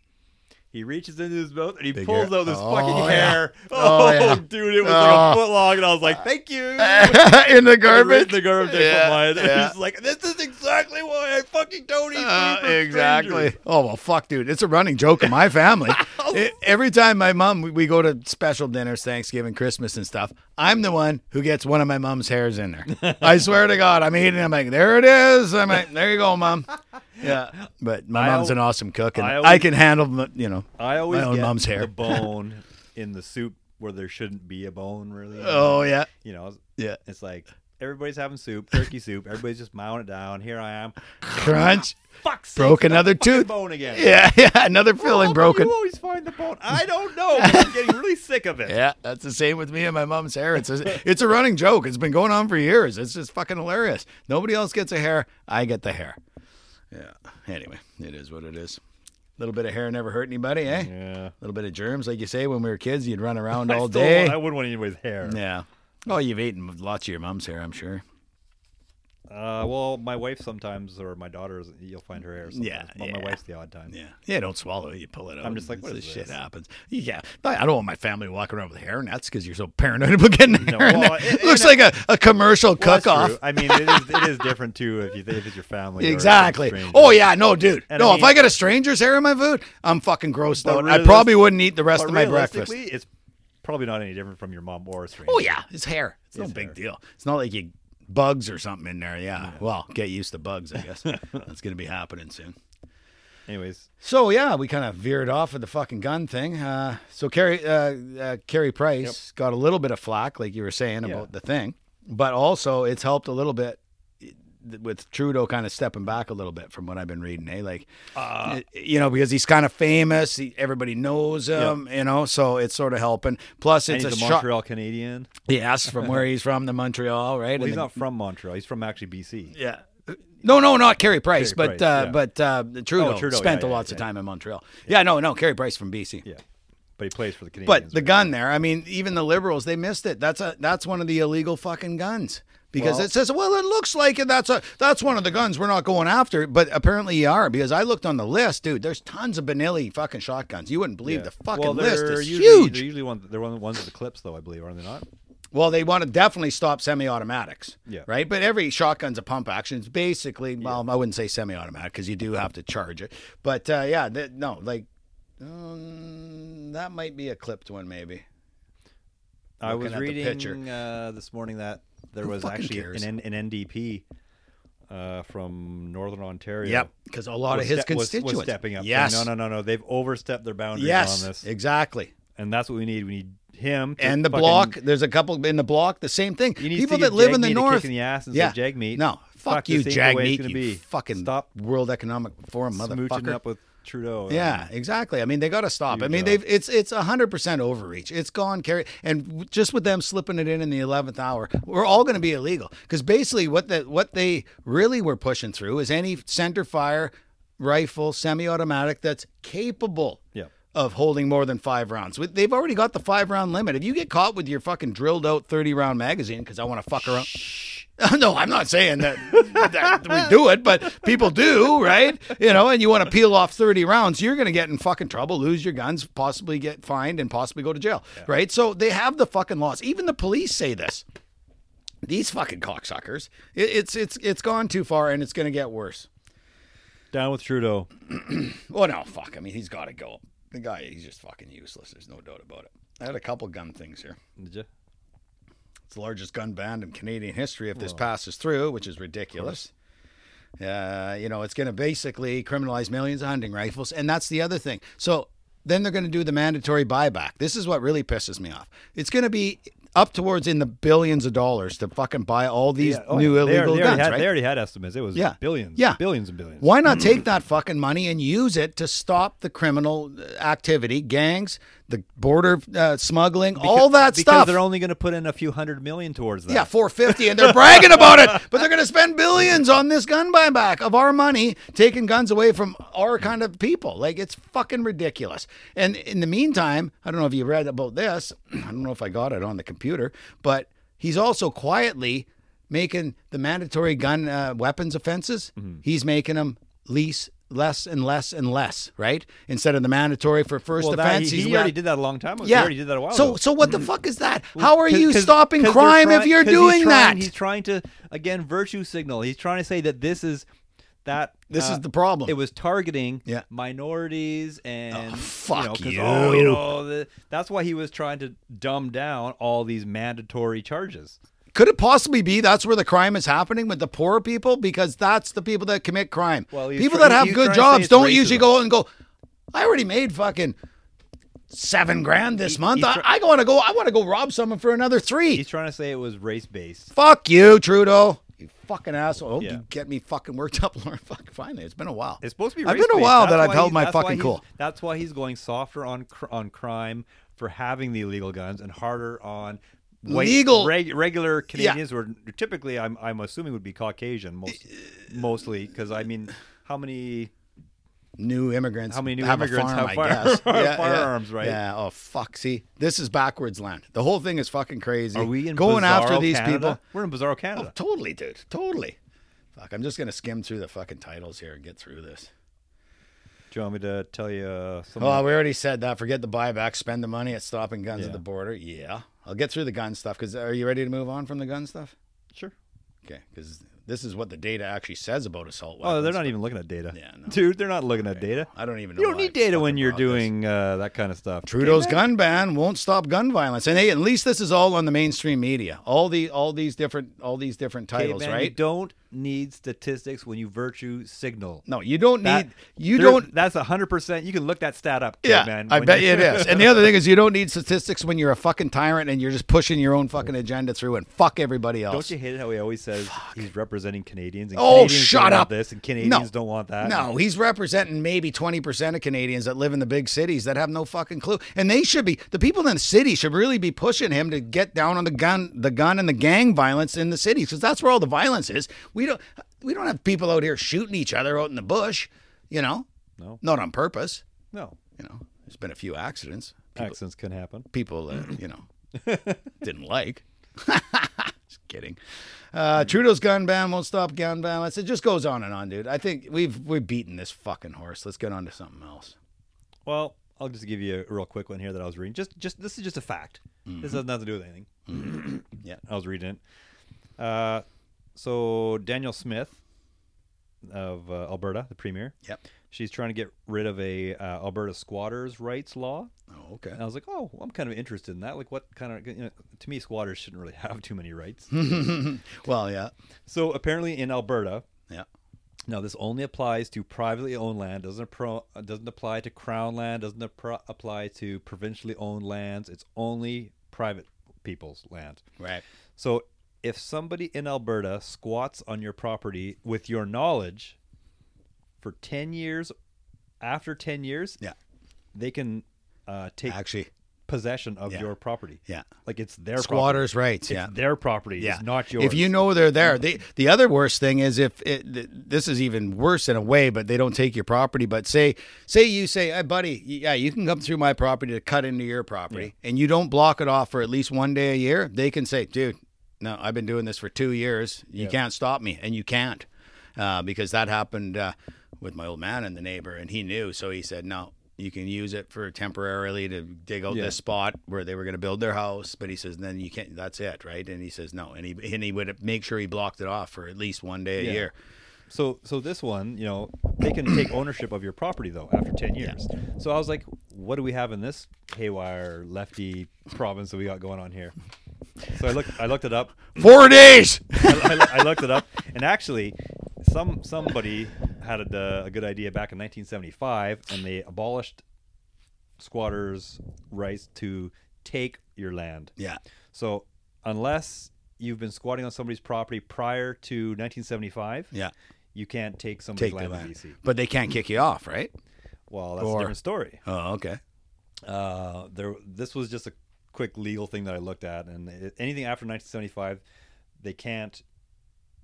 S1: He reaches into his mouth and he
S2: Big
S1: pulls
S2: hair.
S1: out this
S2: Oh,
S1: fucking
S2: yeah.
S1: hair.
S2: Oh,
S1: Oh,
S2: yeah.
S1: dude, it was like
S2: Oh.
S1: a foot long, and I was like, "Thank you."
S2: in the garbage.
S1: Right in the garbage.
S2: Yeah,
S1: Yeah, mine.
S2: yeah.
S1: He's like, "This is exactly why I fucking don't eat
S2: Uh,
S1: food from
S2: exactly.
S1: strangers."
S2: Oh well, fuck, dude. It's a running joke in my family. E- every time my mom, we, we go to special dinners, Thanksgiving, Christmas, and stuff. I'm the one who gets one of my mom's hairs in there. I swear to God, I'm eating. I'm like, there it is. I'm like, there you go, mom. Yeah, but my
S1: I
S2: mom's
S1: al-
S2: an awesome cook, and I,
S1: I always-
S2: can handle, m- you know.
S1: I always
S2: My own
S1: get
S2: mom's hair.
S1: the bone in the soup where there shouldn't be a bone, really.
S2: Oh yeah,
S1: you know,
S2: yeah.
S1: it's like everybody's having soup, turkey soup. Everybody's just mowing it down. Here I am.
S2: Crunch.
S1: Fuck.
S2: Broke another tooth.
S1: Bone again.
S2: Yeah, yeah. Another
S1: How
S2: filling
S1: do
S2: broken.
S1: You always find the bone. I don't know. But I'm getting really sick of it.
S2: Yeah, that's the same with me and my mom's hair. It's a, it's a running joke. It's been going on for years. It's just fucking hilarious. Nobody else gets a hair. I get the hair. Yeah. Anyway, it is what it is. A little bit of hair never hurt anybody, eh? A
S1: Yeah.
S2: little bit of germs, like you say, when we were kids, you'd run around
S1: I
S2: all
S1: still
S2: day.
S1: want- I wouldn't want anybody's hair.
S2: Yeah. Oh, you've eaten lots of your mom's hair, I'm sure.
S1: Uh, well, my wife sometimes, or my daughter's, you'll find her hair. Sometimes,
S2: Yeah,
S1: but
S2: yeah.
S1: my wife's the odd time.
S2: Yeah. Yeah, don't swallow it. You pull it out.
S1: just like,
S2: and
S1: what
S2: this
S1: is
S2: shit
S1: this?
S2: happens. Yeah. But I don't want my family walking around with hair nuts because you're so paranoid about getting hair. in
S1: well,
S2: there.
S1: it-
S2: Looks
S1: and
S2: like a, a commercial
S1: Well, that's
S2: cook off.
S1: true. I mean, it is, it is different too if you if it's your family. or if it's
S2: Exactly.
S1: strangers.
S2: Oh yeah, no, dude.
S1: And
S2: no,
S1: I
S2: if
S1: mean-
S2: I got a stranger's hair in my food, I'm fucking grossed out.
S1: But
S2: I
S1: realis-
S2: probably wouldn't eat the rest
S1: But
S2: of my breakfast.
S1: realistically, it's probably not any different from your mom or a stranger.
S2: Oh yeah, it's hair. It's, no
S1: It's
S2: big
S1: hair.
S2: deal. It's not like you bugs or something in there. Yeah. Well, get used to bugs, I guess. That's gonna be happening soon.
S1: Anyways,
S2: So yeah, we kind of veered off of the fucking gun thing. Uh, so Carrie, uh, uh, Carrie Price got a little bit of flack, like you were saying
S1: Yeah.
S2: about the thing, but also it's helped a little bit eh, with Trudeau kind of stepping back a little bit from what I've been reading. Hey, like uh, you know, because he's kind of famous, he, everybody knows him, you know, so it's sort of helping. Plus,
S1: and
S2: it's
S1: he's a,
S2: a, shock.
S1: Montreal Canadian.
S2: Yes, from where he's from, the Montreal, right?
S1: Well,
S2: And
S1: he's
S2: the-
S1: not from Montreal. He's from actually BC.
S2: yeah. No, no, not Carrie Price,
S1: Carey
S2: but
S1: Price,
S2: uh,
S1: yeah. Oh,
S2: but uh, Trudeau,
S1: Trudeau,
S2: spent
S1: yeah, yeah,
S2: lots of
S1: yeah.
S2: time in Montreal. Yeah, no, no, Carrie Price from BC.
S1: Yeah, but he plays for the Canadians.
S2: But the
S1: right?
S2: gun there, I mean, even the liberals, they missed it. That's a that's one of the illegal fucking guns because
S1: Well-
S2: it says, well, it looks like it. That's a that's one of the guns we're not going after. But apparently you are because I looked on the list, dude. There's tons of Benelli fucking shotguns. You wouldn't believe
S1: Yeah.
S2: the fucking
S1: well,
S2: list
S1: they're
S2: is
S1: usually,
S2: huge.
S1: They're usually one. They're one of the ones with the clips, though. I believe, are they not?
S2: Well, they want to definitely stop semi-automatics,
S1: Yeah.
S2: right? But every shotgun's a pump action. It's basically, well, I wouldn't say semi-automatic because you do have to charge it. But uh, yeah, th- no, like Um, that might be a clipped one, maybe.
S1: I
S2: Looking
S1: was
S2: at the
S1: reading
S2: picture.
S1: uh, this morning that there was
S2: fucking
S1: actually
S2: cares?
S1: an, N- an NDP uh, from Northern Ontario.
S2: Yep, because a lot of
S1: was
S2: his
S1: ste- was-
S2: constituents
S1: was, stepping up.
S2: Yes,
S1: no, no, no, no. They've overstepped their boundaries
S2: yes,
S1: on this,
S2: exactly.
S1: and that's what we need. We need him to
S2: and the
S1: fucking-
S2: block. There's a couple in the block. The same thing.
S1: He needs
S2: People
S1: to give
S2: that live in
S1: Jagmeet
S2: the
S1: a
S2: north.
S1: kick in the ass and
S2: yeah.
S1: say Jagmeet.
S2: No, fuck,
S1: fuck
S2: you,
S1: this ain't the way it's
S2: Jagmeet.
S1: gonna
S2: You
S1: be.
S2: fucking
S1: Stop
S2: World Economic Forum
S1: smooching
S2: motherfucker.
S1: up with Trudeau. Uh,
S2: Yeah, exactly. I mean, they got to stop. I
S1: Oh, Huge
S2: mean,
S1: up.
S2: they've it's it's hundred percent overreach. It's gone carry, and w- just with them slipping it in in the eleventh hour, we're all going to be illegal. Because basically, what the what they really were pushing through is any center fire rifle, semi-automatic that's capable
S1: Yep.
S2: of holding more than five rounds. With- They've already got the five round limit. If you get caught with your fucking drilled out thirty round magazine, because I want to fuck around. No, I'm not saying that, that we do it, but people do, right? You know, and you want to peel off 30 rounds, you're going to get in fucking trouble, lose your guns, possibly get fined, and possibly go to jail, right? So they have the fucking laws. Even the police say this. These fucking cocksuckers. It, it's it's it's gone too far, and it's going to get worse.
S1: down with Trudeau.
S2: Oh no, fuck. I mean, he's got to go. The guy, he's just fucking useless. There's no doubt about it. I had a couple gun things here.
S1: Did you?
S2: It's the largest gun ban in Canadian history if this passes through, which is ridiculous. Uh, you know, it's going to basically criminalize millions of hunting rifles. And that's the other thing. So then they're going to do the mandatory buyback. This is what really pisses me off. It's going to be up towards in the billions of dollars to fucking buy all these
S1: Yeah, oh,
S2: new
S1: they already-
S2: illegal
S1: they already
S2: guns,
S1: had,
S2: right?
S1: They already had estimates. It was
S2: Yeah.
S1: billions,
S2: Yeah.
S1: billions and billions.
S2: Why not take that fucking money and use it to stop the criminal uh, activity, gangs, the border uh, smuggling, all that
S1: because
S2: stuff?
S1: they're only going to put in a few hundred million towards that.
S2: Yeah, 450, and they're bragging about it, but they're going to spend billions on this gun buyback of our money, taking guns away from our kind of people. Like, it's fucking ridiculous. And in the meantime, I don't know if you read about this. I don't know if I got it on the computer, but he's also quietly making the mandatory gun uh, weapons offenses,
S1: Mm-hmm.
S2: he's making them lease less and less and less, right? Instead of the mandatory for first
S1: well, that,
S2: offense,
S1: he,
S2: he's
S1: he
S2: wa-
S1: already did that a long time ago.
S2: yeah.
S1: He already did that a while
S2: so,
S1: ago. Mm-hmm.
S2: So what the fuck is that? How are you
S1: 'Cause-
S2: stopping
S1: 'cause they're
S2: crime if
S1: trying-
S2: you're
S1: 'cause he's
S2: doing
S1: trying-
S2: that?
S1: He's trying to again virtue signal. He's trying to say that this is that
S2: This
S1: uh,
S2: is the problem.
S1: It was targeting
S2: Yeah. Oh,
S1: minorities and you.
S2: fuck
S1: Know, 'cause,
S2: you.
S1: oh, you know, the, that's why he was trying to dumb down all these mandatory charges.
S2: Could it possibly be that's where the crime is happening with the poor people because that's the people that commit crime.
S1: Well, he's
S2: people
S1: try-
S2: that have
S1: he's trying
S2: good
S1: to say
S2: jobs
S1: it's
S2: don't usually
S1: racism.
S2: go out and go. I already made fucking seven grand this month.
S1: he's
S2: I,
S1: try-
S2: I want to go. I want to go rob someone for another three.
S1: He's trying to say it was race based.
S2: fuck you, Trudeau. You fucking asshole. I hope
S1: Yeah.
S2: you get me fucking worked up, Lauren. Fuck. Finally, it's been a while.
S1: It's supposed to be.
S2: I've been a
S1: race-based.
S2: while
S1: That's
S2: that I've
S1: why
S2: held
S1: he's-
S2: my
S1: that's why
S2: fucking
S1: he's-
S2: cool.
S1: That's why he's going softer on cr- on crime for having the illegal guns and harder on white-
S2: Legal-
S1: reg- regular Canadians who are typically I'm I'm assuming would be Caucasian most mostly because I mean how many
S2: new immigrants.
S1: How many new
S2: have
S1: immigrants
S2: a farm,
S1: have
S2: I
S1: fire-
S2: guess.
S1: firearms,
S2: yeah.
S1: right?
S2: Yeah. Oh fuck. See, this is backwards land. The whole thing is fucking crazy.
S1: are we in
S2: going after
S1: bizarro
S2: these
S1: Canada?
S2: people? Oh,
S1: We're in bizarro Canada.
S2: Totally, dude. Totally. Fuck. I'm just gonna skim through the fucking titles here and get through this.
S1: Do you want me to tell you uh, something?
S2: Oh, we already said that. Forget the buyback. Spend the money at stopping guns at
S1: Yeah.
S2: the border. Yeah. I'll get through the gun stuff. Cause are you ready to move on from the gun stuff?
S1: sure.
S2: Okay. Because this is what the data actually says about assault weapons.
S1: Oh, they're not even looking at data.
S2: Yeah, no.
S1: Dude, they're not looking at data.
S2: I don't even know.
S1: You don't
S2: why I
S1: need data when
S2: fucking
S1: you're
S2: brought this.
S1: doing uh, that kind of stuff.
S2: Trudeau's gun ban won't stop gun violence, and hey, at least this is all on the mainstream media. All the all these different all these different
S1: Okay,
S2: titles,
S1: man, You
S2: right?
S1: don't need statistics when you virtue signal.
S2: no, you don't
S1: That-
S2: need you
S1: there-
S2: don't.
S1: That's hundred percent. You can look that stat up, kid,
S2: Yeah,
S1: man.
S2: I
S1: when
S2: bet you it is. And the other thing is, you don't need statistics when you're a fucking tyrant and you're just pushing your own fucking agenda through and fuck everybody else.
S1: Don't you hate it how he always says he's representing Canadians? And
S2: Oh,
S1: Canadians
S2: shut
S1: don't want
S2: up!
S1: This and Canadians don't want that.
S2: No, he's representing maybe twenty percent of Canadians that live in the big cities that have no fucking clue, and they should be the people in the city should really be pushing him to get down on the gun, the gun and the gang violence in the cities because that's where all the violence is. We don't we don't have people out here shooting each other out in the bush, you know,
S1: no,
S2: not on purpose.
S1: no.
S2: You know, there's been a few accidents.
S1: Accidents can happen.
S2: People, uh, you know, didn't like. Just kidding. Uh, Trudeau's gun ban won't stop gun violence. It just goes on and on, dude. I think we've we've beaten this fucking horse. Let's get on to something else.
S1: Well, I'll just give you a real quick one here that I was reading. Just, just this is just a fact. This has nothing to do with anything.
S2: Mm-hmm. Yeah.
S1: I was reading it. Uh, so Daniel Smith of uh, Alberta, the premier,
S2: Yep.
S1: She's trying to get rid of a uh, Alberta squatters' rights law.
S2: Oh, okay.
S1: And I was like, oh, I'm kind of interested in that. Like, what kind of, you know, to me, squatters shouldn't really have too many rights.
S2: well, yeah,
S1: so apparently in Alberta,
S2: yeah.
S1: now this only applies to privately owned land, doesn't, appro- uh, doesn't apply to crown land, doesn't appro- apply to provincially owned lands. It's only private people's land.
S2: Right.
S1: So if somebody in Alberta squats on your property with your knowledge for 10 years, after 10 years,
S2: Yeah.
S1: they can uh, take
S2: Actually,
S1: possession of
S2: Yeah.
S1: your property.
S2: Yeah.
S1: Like it's their property.
S2: squatters' rights.
S1: It's
S2: Yeah.
S1: their property. It's not yours.
S2: If you know they're there, the the other worst thing is if it, th- this is even worse in a way, but they don't take your property. But say say you say, hey, buddy, yeah, you can come through my property to cut into your property, and you don't block it off for at least one day a year. They can say, dude, no, I've been doing this for two years. You can't stop me, and you can't uh, because that happened uh, with my old man and the neighbor, and he knew, so he said, no. You can use it for temporarily to dig out
S1: Yeah.
S2: this spot where they were going to build their house, but he says then you can't. That's it, right? And he says no, and he and he would make sure he blocked it off for at least one day
S1: Yeah.
S2: a year.
S1: so so this one, you know, they can take ownership of your property though after 10 years. So I was like, what do we have in this haywire lefty province that we got going on here? So I looked I looked it up.
S2: Four days.
S1: I, I- I looked it up, and actually, some somebody had a, a good idea back in 1975, and they abolished squatters' rights to take your land.
S2: yeah,
S1: So unless you've been squatting on somebody's property prior to 1975,
S2: yeah.
S1: you can't take somebody's
S2: Take the
S1: land,
S2: land,
S1: in BC.
S2: but they can't kick you off, right?
S1: Well, that's
S2: Or-
S1: a different story.
S2: Oh, okay.
S1: Uh, there, this was just a quick legal thing that I looked at, and it, anything after 1975, they can't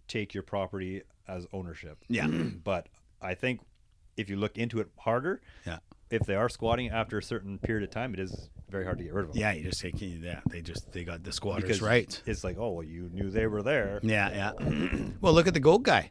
S1: take your property as ownership.
S2: Yeah.
S1: but I think if you look into it harder,
S2: Yeah.
S1: if they are squatting after a certain period of time, it is very hard to get rid of them.
S2: Yeah, you just take yeah. They just they got the squatters'
S1: because
S2: rights.
S1: it's like, oh well, you knew they were there.
S2: Yeah, yeah. well, look at the gold guy.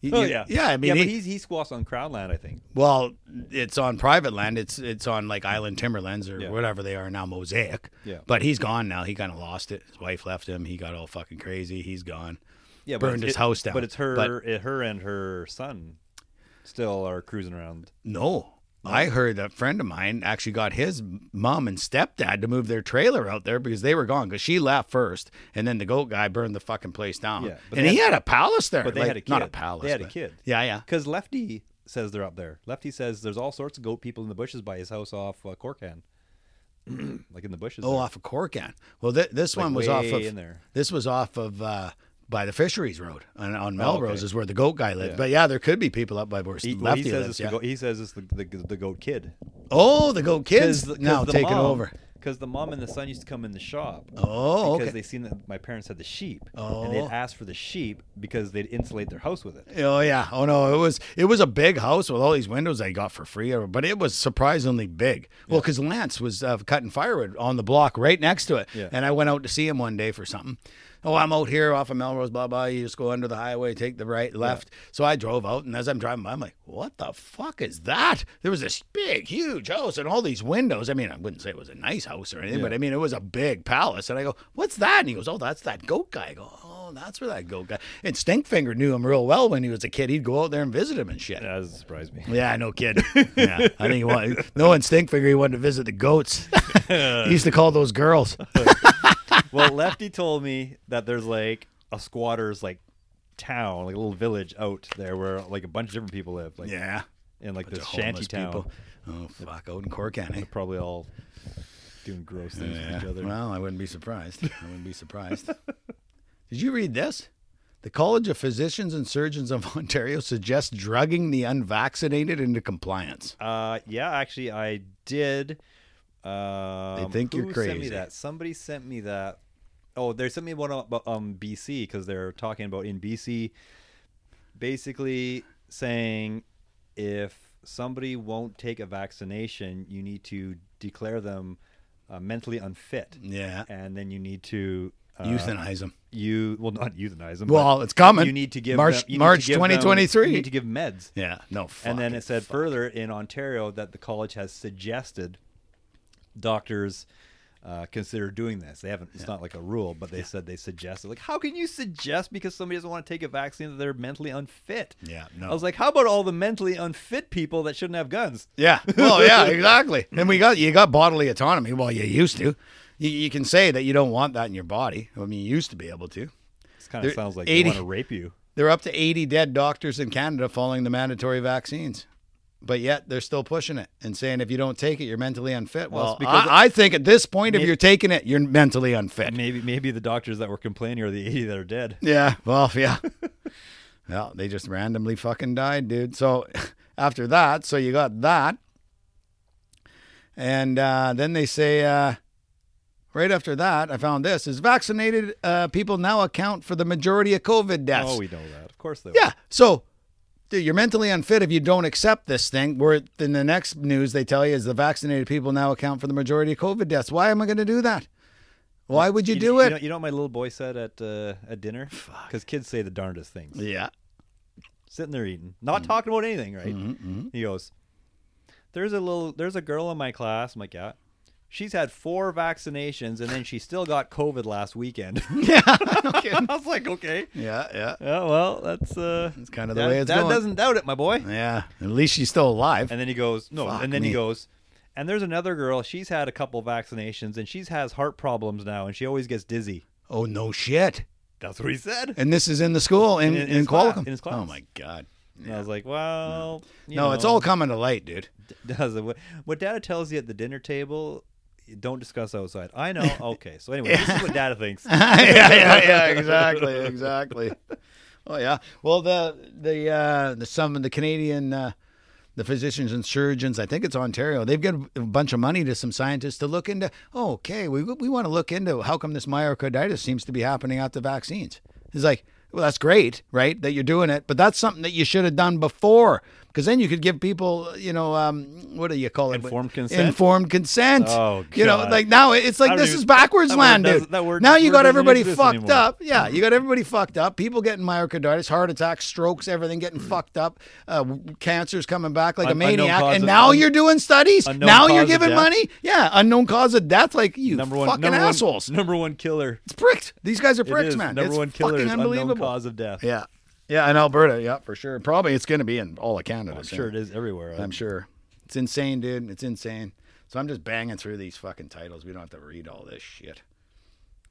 S2: He-
S1: Oh
S2: you-
S1: yeah,
S2: yeah. I mean,
S1: yeah,
S2: he-
S1: but he's, he squats on crown land, I think.
S2: well, it's on private land. It's it's on like Island Timberlands or
S1: Yeah.
S2: whatever they are now, Mosaic.
S1: Yeah.
S2: But he's gone now. He kind of lost it. His wife left him. He got all fucking crazy. He's gone.
S1: Yeah, but
S2: Burned
S1: it's-
S2: his
S1: it-
S2: house down.
S1: But it's her,
S2: But-
S1: it- her and her son, still are cruising around.
S2: No. I heard a friend of mine actually got his mom and stepdad to move their trailer out there because they were gone because she left first, and then the goat guy burned the fucking place down.
S1: Yeah, but
S2: and
S1: they
S2: he had a palace there.
S1: but they
S2: like,
S1: had a
S2: Not a
S1: kid.
S2: palace.
S1: They had a
S2: but-
S1: kid.
S2: Yeah, yeah.
S1: Because Lefty says they're up there. Lefty says there's all sorts of goat people in the bushes by his house off uh, Corcan, like in the bushes.
S2: Oh,
S1: there.
S2: off of Corcan. Well, th- this
S1: Like
S2: one was off
S1: way in
S2: of.
S1: there.
S2: This was off of. Uh, by the fisheries road on, on Melrose
S1: Oh, okay.
S2: is where the goat guy lived.
S1: Yeah.
S2: But yeah, there could be people up by where
S1: He, well, he
S2: Lefty
S1: says
S2: lives.
S1: it's
S2: Yeah.
S1: the goat, he says it's the, the, the goat kid.
S2: oh, the goat kids now
S1: the
S2: taking
S1: mom-
S2: over.
S1: 'cause the mom and the son used to come in the shop.
S2: Oh,
S1: Because
S2: okay.
S1: they seen that my parents had the sheep, and they'd
S2: Oh.
S1: asked for the sheep because they'd insulate their house with it.
S2: Oh yeah. Oh no, it was it was a big house with all these windows I got for free, uh, but it was surprisingly big. Well, because Lance was uh, cutting firewood on the block right next to it,
S1: Yeah.
S2: and I went out to see him one day for something. Oh, I'm out here off of Melrose, blah blah. You just go under the highway, take the right, left. So I drove out, and as I'm driving by, I'm like, "What the fuck is that?" There was this big, huge house and all these windows. I mean, I wouldn't say it was a nice house or anything, but I mean, it was a big palace. And I go, "What's that?" And he goes, "Oh, that's that goat guy." I go, "Oh, that's where that goat guy." And Stinkfinger knew him real well when he was a kid. He'd go out there and visit him and shit.
S1: That doesn't surprise me.
S2: Yeah, no kid. Yeah, I think he wanted, knowing Stinkfinger, he wanted to visit the goats. he used to call those girls.
S1: well, Lefty told me that there's like a squatters like town, like a little village out there where like a bunch of differty people live, like
S2: Yeah,
S1: in like this
S2: homeless
S1: shanty town.
S2: people. Oh fuck, out in Corcan, eh?
S1: Probably all doing gross things with each other.
S2: Well, I wouldn't be surprised. I wouldn't be surprised. Did you read this? The College of Physicians and Surgeons of Ontario suggests drugging the unvaccinated into compliance.
S1: Uh, yeah, actually, I did. Um,
S2: think you're
S1: who Sent me
S2: crazy.
S1: that somebody sent me that. Oh, they sent me one about um, BC because they're talking about in BC, basically saying if somebody won't take a vaccination, you need to declare them uh, mentally unfit,
S2: Yeah.
S1: and then you need to uh,
S2: Euthanize them.
S1: you well not euthanize them. but
S2: Well, it's coming.
S1: you need to give
S2: March
S1: them- you need to
S2: March
S1: give them-
S2: 2023.
S1: You need to give meds.
S2: yeah. No. Fuck.
S1: And then it said further in Ontario that the college has suggested doctors uh, consider doing this. They haven't. It's not like a rule, but they said they suggest it. Like, how can you suggest because somebody doesn't want to take a vaccine that they're mentally unfit?
S2: Yeah, no.
S1: I was like, how about all the mentally unfit people that shouldn't have guns?
S2: Yeah. Well, yeah, exactly. And we got you got bodily autonomy. Well, you used to. You, you can say that you don't want that in your body. I mean, you used to be able to.
S1: This kind of
S2: They're
S1: sounds like
S2: 80
S1: they want to rape you.
S2: There are up to 80 dead doctors in Canada following the mandatory vaccines. But yet they're still pushing it and saying if you don't take it, you're mentally unfit. Well,
S1: it's because-
S2: I, I think at this point, if you're taking it, you're mentally unfit.
S1: Maybe maybe the doctors that were complaining are the 80 that are dead.
S2: Yeah. Well, yeah. well, they just randomly fucking died, dude. So after that, so you got that. And uh, then they say, uh, right after that, I found this is vaccinated uh, people now account for the majority of COVID deaths.
S1: Oh, we know that. Of course they
S2: Yeah. So dude, you're mentally unfit if you don't accept this thing. Where in the next news they tell you is the vaccinated people now account for the majority of COVID deaths. Why am I going to do that? Why would you, do
S1: You
S2: it?
S1: know, you know what my little boy said at uh, at dinner? Because kids say the darndest things.
S2: yeah.
S1: Sitting there eating, not talking about anything, right?
S2: Mm-hmm,
S1: He goes, "There's a little, there's a girl in my class." I'm like, "Yeah." She's had four vaccinations and then she still got COVID last weekend.
S2: Yeah. okay.
S1: I was like, okay.
S2: Yeah. Yeah.
S1: Yeah, well, that's uh, that's
S2: kinda the way it's
S1: Dad
S2: going.
S1: doesn't doubt it, my boy.
S2: Yeah, at least she's still alive.
S1: And then he goes, no.
S2: Fuck
S1: and then
S2: me.
S1: he goes, and there's another girl. She's had a couple vaccinations, and she's has heart problems now, and she always gets dizzy.
S2: oh no shit!
S1: That's what he said. And,
S2: And this is in the school in
S1: In-
S2: in,
S1: in his class-
S2: Qualicum.
S1: in his class.
S2: Oh my god!
S1: I was like, well, you
S2: no,
S1: know,
S2: it's all coming to light, dude.
S1: does it. What, what Dada tells you at the dinner table, don't discuss outside. I know. Okay, so anyway, this is what Dada thinks.
S2: yeah, yeah, yeah, exactly, exactly. Oh yeah. Well, the the uh, the some of the Canadian. Uh, the physicians and surgeons, I think it's Ontario. They've given a bunch of money to some scientists to look into. Oh, okay, we, we want to look into how come this myocarditis seems to be happening after vaccines. It's like, well, that's great, right? That you're doing it, but that's something that you should have done before, because then you could give people, you know, um, what do you call it?
S1: Informed consent?
S2: Informed consent.
S1: Oh,
S2: You know,
S1: God.
S2: like now it's
S1: I
S2: like
S1: don't
S2: this
S1: even-
S2: is backwards
S1: that word
S2: land, dude.
S1: doesn't- that word-
S2: now you
S1: word
S2: got
S1: doesn't
S2: everybody
S1: exist
S2: fucked
S1: anymore.
S2: up. Yeah, you got everybody fucked up. People getting myocarditis, heart attacks, strokes, everything getting fucked up. Uh, cancers coming back like a
S1: Mm. Un- unknown
S2: maniac.
S1: cause
S2: And
S1: of-
S2: now
S1: un-
S2: you're doing studies.
S1: unknown
S2: Now
S1: cause
S2: you're
S1: of
S2: giving
S1: death.
S2: money. Yeah, unknown cause of death. Like you
S1: Number one,
S2: fucking
S1: number
S2: assholes.
S1: One, number one killer.
S2: it's pricks. These guys are
S1: It
S2: pricks,
S1: is.
S2: man.
S1: Number
S2: it's
S1: one killer
S2: fucking
S1: is unknown
S2: unbelievable.
S1: cause of death.
S2: Yeah, yeah, in Alberta, yeah, for sure. Probably it's going to be in all of Canada.
S1: I'm sure it is everywhere.
S2: I'm sure. It's insane, dude. It's insane. So I'm just banging through these fucking titles. We don't have to read all this shit.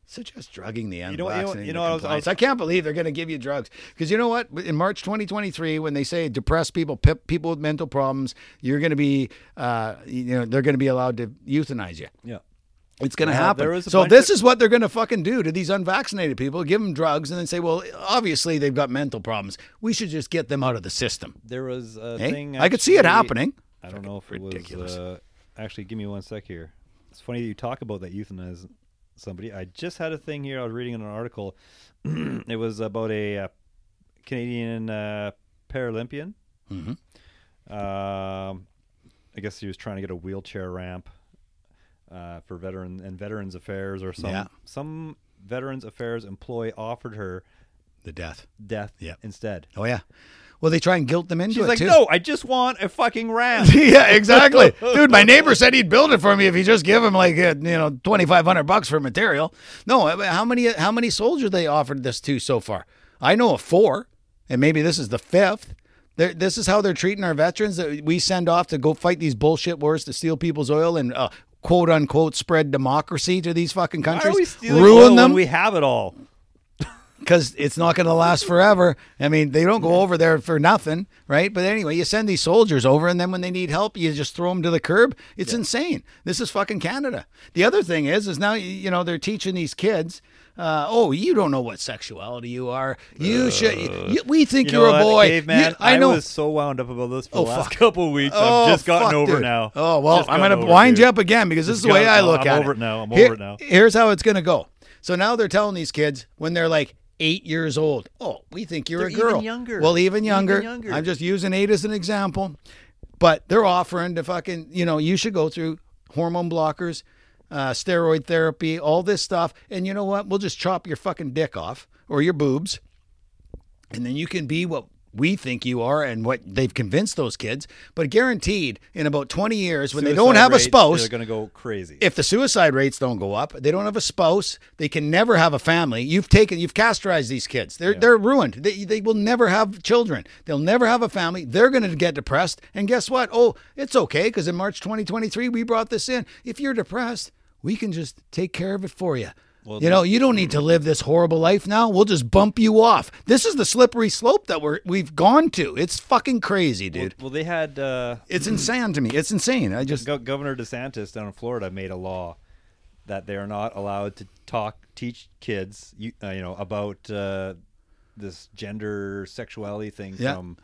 S2: Such as drugging the
S1: know- you know-
S2: unvaccinated. You know,
S1: you know what I was- I was-
S2: I can't believe they're going to give you drugs. Because you know what? In March 2023, when they say depressed people, pe- people with mental problems, you're going to be, uh, you know, they're going to be allowed to euthanize you.
S1: Yeah.
S2: It's going to
S1: Yeah,
S2: happen.
S1: there was a
S2: so
S1: bunch
S2: this is what they're going to fucking do to these unvaccinated people: give them drugs, and then say, "Well, obviously they've got mental problems. We should just get them out of the system."
S1: There was a
S2: Hey,
S1: thing.
S2: I could see it
S1: actually-
S2: happening.
S1: I don't know if it
S2: ridiculous.
S1: was. Uh, actually, give me one sec here. It's funny that you talk about that euthanize somebody. I just had a thing here. I was reading an article. it was about a uh, Canadian uh, Paralympian. Mm-hmm. Um, I guess he was trying to get a wheelchair ramp uh, for veteran and Veterans Affairs or some
S2: Yeah.
S1: some Veterans Affairs employee offered her
S2: The death.
S1: death
S2: Yeah.
S1: instead.
S2: Oh yeah. Well, they try and guilt them into
S1: She's
S2: it
S1: like,
S2: too.
S1: no, I just want a fucking ramp.
S2: yeah, exactly, dude. My neighbor said he'd build it for me if he just give him like uh, you know twenty five hundred bucks for material. No, I mean, how many how many soldiers they offered this to so far? I know of four, and maybe this is the 5th They're, this is how they're treating our veterans that we send off to go fight these bullshit wars to steal people's oil and uh, quote unquote spread democracy to these fucking
S1: Why
S2: countries,
S1: are we stealing oil
S2: ruin them.
S1: when we have it all?
S2: because it's not going to last forever. I mean, they don't go over there for nothing, right? But anyway, you send these soldiers over, and then when they need help, you just throw them to the curb. It's insane. This is fucking Canada. The other thing is, is now you know they're teaching these kids. Uh, oh, you don't know what sexuality you are. You should. You, we think you
S1: Uh, know
S2: are a
S1: what,
S2: boy.
S1: caveman.
S2: You- I know.
S1: was so wound up about this for
S2: Oh,
S1: the last
S2: fuck.
S1: couple weeks.
S2: Oh,
S1: I've just gotten
S2: fuck,
S1: over
S2: dude.
S1: now.
S2: Oh well,
S1: Just
S2: I'm
S1: gotten
S2: gonna
S1: over,
S2: wind
S1: dude.
S2: you up again because this is the way
S1: gotten-
S2: I look
S1: I'm
S2: at it.
S1: over it now. I'm
S2: Here-
S1: over it now.
S2: Here's how it's gonna go. So now they're telling these kids when they're like eight years old. Oh, we think you're a
S1: They're even
S2: girl.
S1: younger.
S2: Well, even
S1: Even
S2: younger.
S1: younger.
S2: I'm just using eight as an example, but they're offering to fucking you know you should go through hormone blockers, uh, steroid therapy, all this stuff, and you know what? We'll just chop your fucking dick off or your boobs and then you can be what we think you are and what they've convinced those kids. But guaranteed, in about 20 years, when they
S1: Suicide
S2: don't have a
S1: rates,
S2: spouse,
S1: They're going to go crazy.
S2: if the suicide rates don't go up, they don't have a spouse, they can never have a family. You've taken, you've castorized these kids. They're they're ruined. They, they will never have children. They'll never have a family. They're going to get depressed. And guess what? Oh, it's okay because in March 2023 we brought this in. If you're depressed, we can just take care of it for you. you know, you don't need to live this horrible life now. We'll just bump you off. This is the slippery slope that we're we've gone to. It's fucking crazy, dude.
S1: well, they had uh,
S2: It's insane to me. It's insane. I just
S1: Go- Governor DeSantis down in Florida made a law that they are not allowed to talk, teach kids, you, uh, you know, about uh, this gender sexuality thing
S2: Yeah.
S1: from.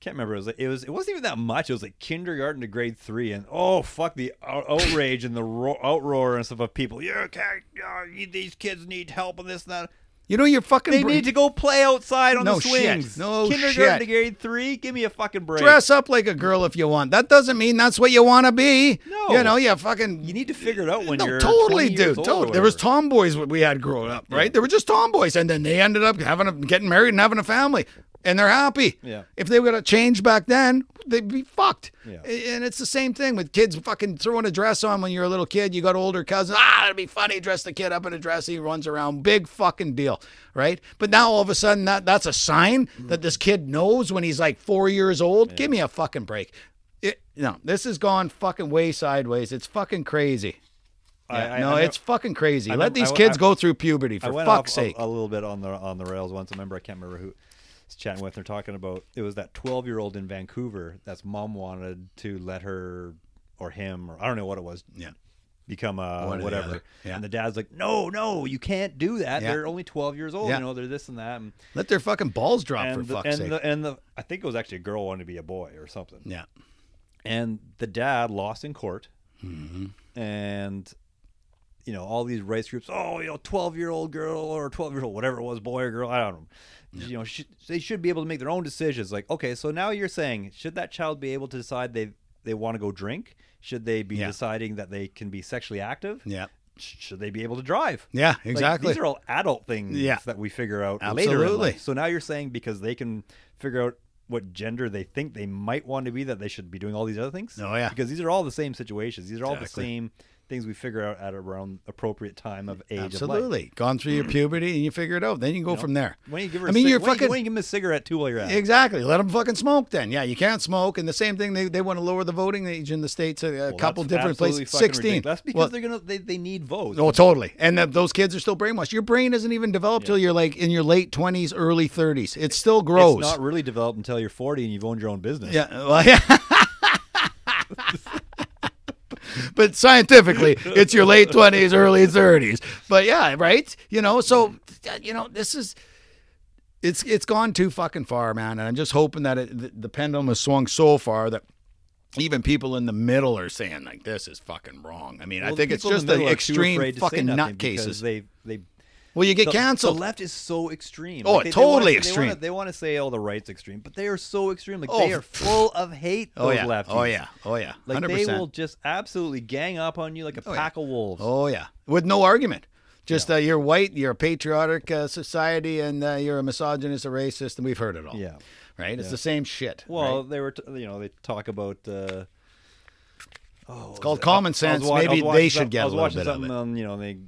S1: Can't remember. It was, like- it was. It wasn't even that much. It was like kindergarten to grade three, and oh fuck the out- outrage and the ro- outroar and stuff of people. You can't. Uh, you- these kids need help and this and that.
S2: you know you're fucking
S1: They
S2: br-
S1: need to go play outside on
S2: No
S1: the
S2: shit.
S1: swings.
S2: No
S1: kindergarten
S2: shit.
S1: to grade three. Give me a fucking break.
S2: dress up like a girl if you want. That doesn't mean that's what you want to be.
S1: No.
S2: you know, you fucking.
S1: You need to figure it out when
S2: no,
S1: you're
S2: totally,
S1: 20 years old
S2: dude.
S1: or
S2: Totally. There was
S1: whatever.
S2: tomboys what we had growing up, right? There were just tomboys, and then they ended up having a, getting married and having a family, and they're happy.
S1: Yeah.
S2: If they would have changed back then, they'd be fucked.
S1: Yeah.
S2: A- And it's the same thing with kids fucking throwing a dress on when you're a little kid. You got older cousins. Ah, it'd be funny. Dress the kid up in a dress. He runs around. Big fucking deal, right? But now all of a sudden, that that's a sign that this kid knows when he's like four years old. Give me a fucking break. It, no, this has gone fucking way sideways. It's fucking crazy.
S1: I-
S2: Yeah,
S1: I-
S2: no,
S1: I know-
S2: it's fucking crazy. Let
S1: remember-
S2: these
S1: I-
S2: kids
S1: I-
S2: go through puberty for
S1: I went
S2: fuck's
S1: off uh,
S2: sake.
S1: A, a little bit on the on the rails once. I remember I can't remember who I was chatting with. They're talking about it was that twelve year old in Vancouver that's mom wanted to let her or him or I don't know what it was.
S2: Yeah.
S1: Become a
S2: One or the
S1: whatever.
S2: other. Yeah.
S1: And the dad's like, No, no, you can't do that.
S2: Yeah.
S1: They're only twelve years old.
S2: Yeah.
S1: You know, they're this and that and,
S2: Let their fucking balls drop
S1: and,
S2: for
S1: the,
S2: fuck's
S1: and
S2: sake.
S1: the and the I think it was actually a girl wanted to be a boy or something.
S2: yeah.
S1: And the dad lost in court. And you know, all these race groups, oh, you know, 12 year old girl or 12 year old, whatever it was, boy or girl, I don't know. You know, sh- they should be able to make their own decisions. Like, okay, so now you're saying, should that child be able to decide they they want to go drink? Should they be
S2: Yeah.
S1: deciding that they can be sexually active?
S2: Yeah.
S1: Sh- Should they be able to drive?
S2: Yeah,
S1: Like,
S2: exactly.
S1: these are all adult things
S2: Yeah.
S1: that we figure out later. In
S2: Absolutely.
S1: life. So now you're saying because they can figure out what gender they think they might want to be that they should be doing all these other things?
S2: Oh, yeah.
S1: Because these are all the same situations. These are all
S2: Exactly.
S1: the same things we figure out at around appropriate time of age of life.
S2: Absolutely. Gone through your puberty and you figure it out. Then you can go from there.
S1: When you give her
S2: I mean,
S1: a cig-
S2: you're
S1: when you-
S2: fucking.
S1: when you give 'em a cigarette too while you're at it.
S2: Exactly. Let them fucking smoke then. Yeah, you can't smoke. And the same thing, they, they want to lower the voting age in the states, a, a
S1: Well,
S2: couple
S1: that's
S2: different
S1: absolutely
S2: places.
S1: fucking
S2: 16.
S1: ridiculous. That's because
S2: Well,
S1: they're gonna they, they need votes.
S2: Oh, totally. And that those kids are still brainwashed. Your brain isn't even developed till you're like in your late 20s, early 30s. It still grows.
S1: It's not really developed until you're 40 and you've owned your own business.
S2: Yeah. Well, yeah. but scientifically, it's your late 20s, early 30s. But yeah, right? You know, so you know, this is it's it's gone too fucking far, man, and I'm just hoping that it, the, the pendulum has swung so far that even people in the middle are saying like this is fucking wrong. I mean, I
S1: Well,
S2: think it's
S1: people in
S2: just
S1: the
S2: the,
S1: middle are too
S2: extreme
S1: afraid to say
S2: fucking
S1: nothing because
S2: nutcases.
S1: They they
S2: Well, you get
S1: the-
S2: canceled.
S1: The left is so extreme.
S2: Oh, totally
S1: they
S2: extreme.
S1: Wanna, they want to say, "Oh, the right's extreme," but they are so extreme. Like
S2: Oh,
S1: they are full of hate.
S2: oh
S1: those
S2: yeah.
S1: lefties.
S2: Oh yeah. Oh yeah.
S1: Like
S2: 100%.
S1: they will just absolutely gang up on you like a
S2: yeah.
S1: pack of wolves.
S2: Oh yeah, with no argument. Just uh, you're white, you're a patriotic uh, society, and uh, you're a misogynist, a racist, and we've heard it all.
S1: Yeah.
S2: right. It's the same shit.
S1: Well,
S2: right?
S1: they were, t- you know, they talk about. Uh, oh,
S2: it's called common sense. Maybe they should get
S1: I
S2: a
S1: was
S2: little
S1: watching
S2: bit of
S1: something
S2: it.
S1: on, you know, they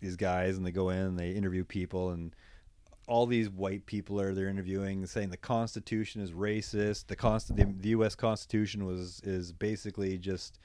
S1: these guys and they go in and they interview people and all these white people are they're interviewing saying the Constitution is racist. The const the, the U.S. Constitution was is basically just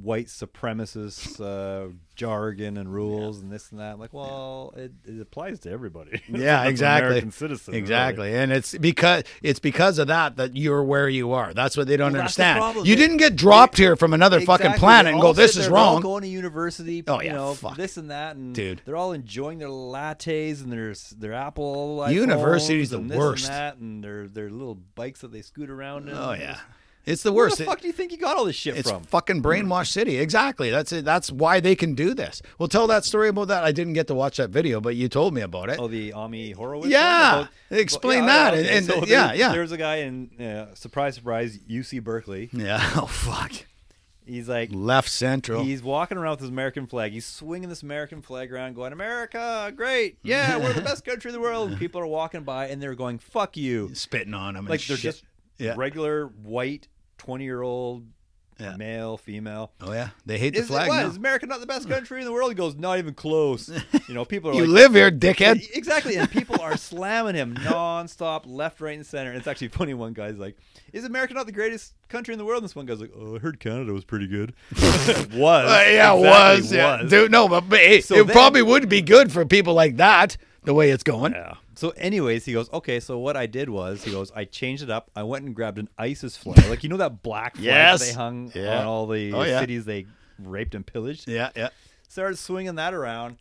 S1: white supremacist uh, jargon and rules and this and that. like, well, it, it applies to everybody.
S2: Yeah,
S1: That's
S2: exactly.
S1: American citizen, really.
S2: exactly, and it's because it's because of that that you're where you are. That's what they don't
S1: Well, that's the
S2: understand.
S1: problem.
S2: you
S1: They-
S2: didn't get dropped here from another
S1: Exactly.
S2: fucking planet
S1: They
S2: and go,
S1: all
S2: "This
S1: sit
S2: is
S1: there, they're all
S2: wrong."
S1: going to university,
S2: Oh,
S1: you
S2: yeah,
S1: know,
S2: fuck.
S1: this and that, and
S2: Dude.
S1: they're all enjoying their lattes and their s- their Apple. iPhones
S2: University's the
S1: and this
S2: worst.
S1: And that and their their little bikes that they scoot around. In.
S2: Oh yeah, it's the
S1: Where
S2: worst.
S1: the
S2: It-
S1: fuck do you think you got all this shit
S2: It's
S1: from?
S2: fucking brainwash city. Exactly. That's it. That's why they can do this. Well, tell that story about that. I didn't get to watch that video, but you told me about it.
S1: Oh, the Ami Horowitz.
S2: Yeah.
S1: one? Oh,
S2: Explain
S1: yeah,
S2: that,
S1: okay,
S2: and-
S1: so
S2: and- yeah,
S1: there-
S2: yeah.
S1: There's a guy in uh, surprise, surprise, UC Berkeley.
S2: Yeah. Oh fuck.
S1: He's like,
S2: Left central.
S1: he's walking around with his American flag. He's swinging this American flag around, going, America, great. Yeah, we're the best country in the world. And people are walking by and they're going, fuck you.
S2: spitting on him.
S1: Like
S2: and
S1: they're
S2: shit.
S1: just
S2: Yeah.
S1: regular white 20 year old
S2: Yeah.
S1: male, female.
S2: Oh yeah, they hate the
S1: Is, it,
S2: flag.
S1: what,
S2: now.
S1: is America not the best country in the world? He goes, not even close. You know, people are
S2: You
S1: like,
S2: live here, dickhead.
S1: Exactly, and people are slamming him nonstop, left, right, and center. And it's actually funny. One guy's like, "Is America not the greatest country in the world?" And this one guy's like, "Oh, I heard Canada was pretty good." was
S2: Uh, yeah,
S1: Exactly,
S2: was, yeah. dude. No, but, but it,
S1: So
S2: it
S1: then-
S2: probably would be good for people like that. The way it's going.
S1: Yeah. So, anyways, he goes, "Okay, so what I did was, he goes, I changed it up. I went and grabbed an ISIS flag, like you know that black flag that
S2: Yes.
S1: they hung
S2: Yeah.
S1: on all the
S2: Oh, yeah.
S1: cities they raped and pillaged.
S2: yeah, yeah.
S1: started swinging that around.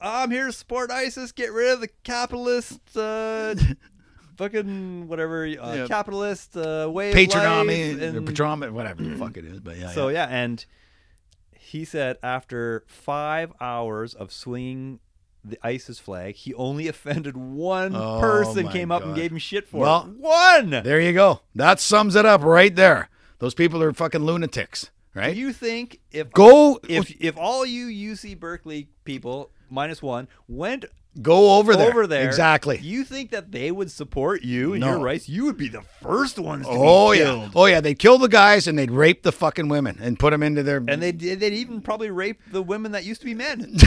S1: I'm here to support ISIS. Get rid of the capitalist, uh, fucking whatever, uh,
S2: Yeah.
S1: capitalist uh, way of
S2: Patronomy
S1: life and-
S2: or patronomy, whatever the fuck it is. But yeah,
S1: so
S2: yeah.
S1: yeah, and he said after five hours of swinging the ISIS flag, he only offended one
S2: Oh,
S1: person.
S2: my
S1: Came up and
S2: God.
S1: gave him shit for
S2: Well,
S1: it. One.
S2: there you go. That sums it up right there. Those people are fucking lunatics, right?
S1: Do you think if
S2: go
S1: if if all you UC Berkeley people minus one went
S2: go over there.
S1: over there.
S2: Exactly.
S1: You think that they would support you and
S2: No.
S1: your rights? You would be the first ones to
S2: Oh
S1: be
S2: yeah.
S1: killed.
S2: Oh yeah. They'd kill the guys and they'd rape the fucking women and put them into their.
S1: And they did. They'd even probably rape the women that used to be men.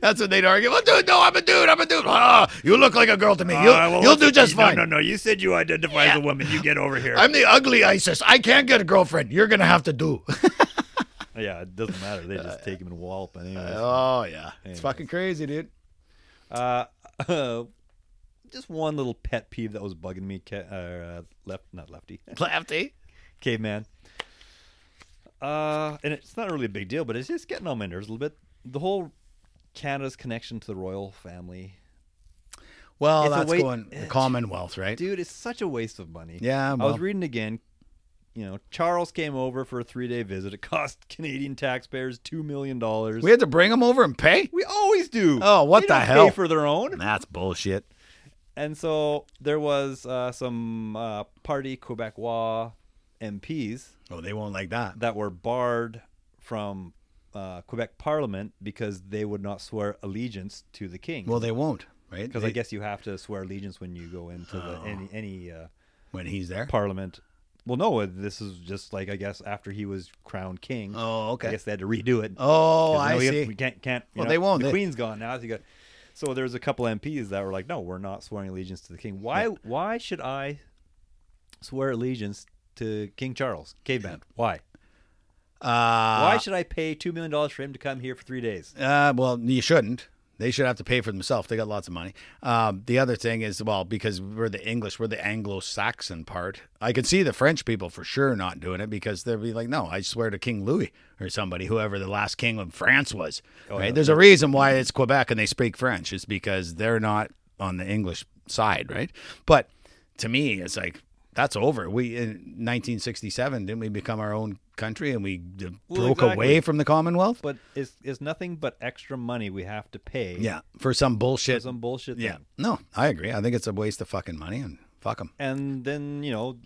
S2: That's what they'd argue. Well, dude, no, I'm a dude. I'm a dude. Ah, you look like a girl to me. You'll,
S1: Ah,
S2: you'll do just fine.
S1: Uh, no. You said you identify
S2: as a
S1: woman. You get over here.
S2: I'm the ugly ISIS. I can't get a girlfriend. You're gonna have to do.
S1: yeah, it doesn't matter. They just take him and wallop. Anyways,
S2: oh yeah, it's fucking crazy, dude.
S1: uh, just one little pet peeve that was bugging me. Ca- uh, left, not lefty.
S2: Lefty.
S1: caveman. Uh, and it's not really a big deal, but it's just getting on my nerves a little bit. The whole Canada's connection to the royal family,
S2: Well,
S1: It's a
S2: that's
S1: way-
S2: going the Commonwealth, right?
S1: dude, it's such a waste of money.
S2: Yeah,
S1: I
S2: well.
S1: was reading again. You know, Charles came over for a three-day visit. It cost Canadian taxpayers two million dollars.
S2: We had to bring them over and pay.
S1: We always do.
S2: Oh, what
S1: They
S2: the
S1: don't
S2: hell?
S1: Pay for their own.
S2: That's bullshit.
S1: And so there was uh, some uh, party Quebecois MPs
S2: Oh, they won't like that.
S1: that were barred from uh, Quebec Parliament because they would not swear allegiance to the king.
S2: Well, they won't, right?
S1: because
S2: They-
S1: I guess you have to swear allegiance when you go into the, any any uh,
S2: when he's there.
S1: parliament. Well, no, uh, this is just like I guess after he was crowned king.
S2: Oh, okay.
S1: I guess they had to redo it. 'Cause,
S2: Oh,
S1: you
S2: I
S1: know, we have-
S2: see.
S1: We can't, can't. you
S2: Well,
S1: know,
S2: they won't.
S1: The
S2: They-
S1: queen's gone now. So, you got, so there was a couple MPs that were like, "No, we're not swearing allegiance to the king. Why? Why should I swear allegiance to King Charles, caveman? Why?
S2: Uh,
S1: Why should I pay two million dollars for him to come here for three days?
S2: Uh, well, you shouldn't. They should have to pay for themselves. They got lots of money. Um, the other thing is, well, because we're the English, we're the Anglo-Saxon part. I could see the French people for sure not doing it because they'd be like, "No, I swear to King Louis or somebody, whoever the last king of France was." right? There's a reason why it's Quebec and they speak French. It's because they're not on the English side, right? But to me, it's like that's over. We in 1967 didn't we become our own country and we d- broke
S1: exactly.
S2: away from the Commonwealth?
S1: But it's it's nothing but extra money we have to pay.
S2: Yeah, for some bullshit.
S1: some bullshit.
S2: yeah,
S1: thing.
S2: no, I agree. I think it's a waste of fucking money and fuck them.
S1: and then you know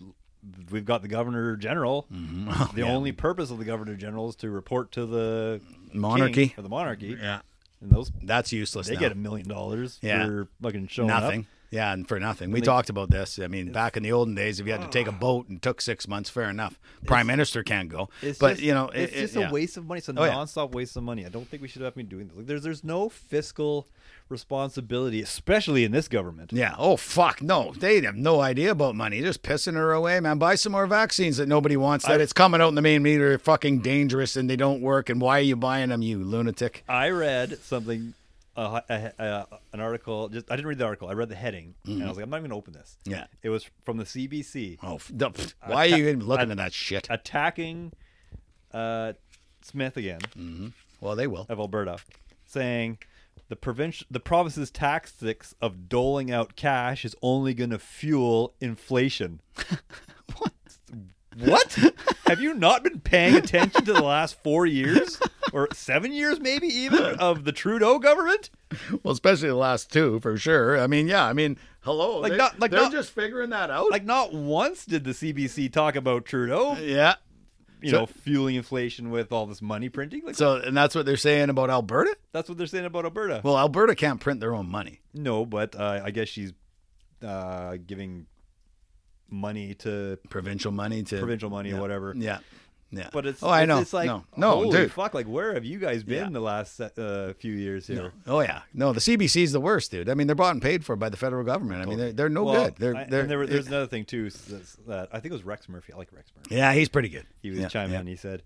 S1: we've got the governor general.
S2: Mm-hmm.
S1: the only purpose of the governor general is to report to the
S2: Monarchy.
S1: king or the monarchy.
S2: Yeah,
S1: and those
S2: that's useless.
S1: they
S2: now.
S1: get a million dollars
S2: Yeah.
S1: for fucking showing
S2: nothing.
S1: up.
S2: Yeah, and for nothing. we talked about this. I mean, back in the olden days, if you had to take a boat and took six months, fair enough. Prime minister can't go,
S1: It's
S2: but
S1: just-
S2: you know,
S1: it's
S2: it- it-
S1: just
S2: yeah.
S1: a waste of money. It's a
S2: Oh, yeah.
S1: nonstop waste of money. I don't think we should have been doing this. Like, there's there's no fiscal responsibility, especially in this government.
S2: Yeah. Oh fuck. No, they have no idea about money. Just pissing her away, man. Buy some more vaccines that nobody wants. That it's coming out in the main meter. They're fucking dangerous and they don't work. And why are you buying them, you lunatic?
S1: I read something, uh, a, a, an article. Just I didn't read the article. I read the heading, and I was like, I'm not even going to open this.
S2: Mm-hmm. Yeah.
S1: it was from the CBC
S2: Oh, f- the- pfft. why are you even looking at that shit?
S1: attacking uh, Smith again
S2: Mm. Well, they will.
S1: of Alberta, saying the provincial the province's tactics of doling out cash is only going to fuel inflation. what? What? Have you not been paying attention to the last four years or seven years, maybe even of the Trudeau government?
S2: Well, especially the last two for sure. I mean, yeah. I mean, hello.
S1: Like
S2: they,
S1: not- like
S2: they're
S1: not-
S2: just figuring that out.
S1: Like, not once did the CBC talk about Trudeau.
S2: yeah.
S1: you
S2: So-
S1: know, fueling inflation with all this money printing. Like
S2: So, and that's what they're saying about Alberta.
S1: that's what they're saying about Alberta.
S2: Well, Alberta can't print their own money.
S1: no, but uh, I guess she's uh, giving money to
S2: Provincial money to
S1: provincial money
S2: yeah.
S1: or whatever.
S2: Yeah, yeah.
S1: But it's
S2: oh, I
S1: it's-
S2: know.
S1: It's like
S2: no, no,
S1: holy
S2: dude.
S1: fuck! Like where have you guys been
S2: Yeah.
S1: the last uh, few years here?
S2: Oh yeah, no. The CBC is the worst, dude. I mean, they're bought and paid for by the federal government. I mean, they're, they're no
S1: Well,
S2: good. They're,
S1: I- and
S2: they're
S1: there were- there's another thing too s- that's- that I think it was Rex Murphy. I like Rex Murphy.
S2: yeah, he's pretty good.
S1: He was
S2: yeah,
S1: chiming
S2: yeah.
S1: in. He said,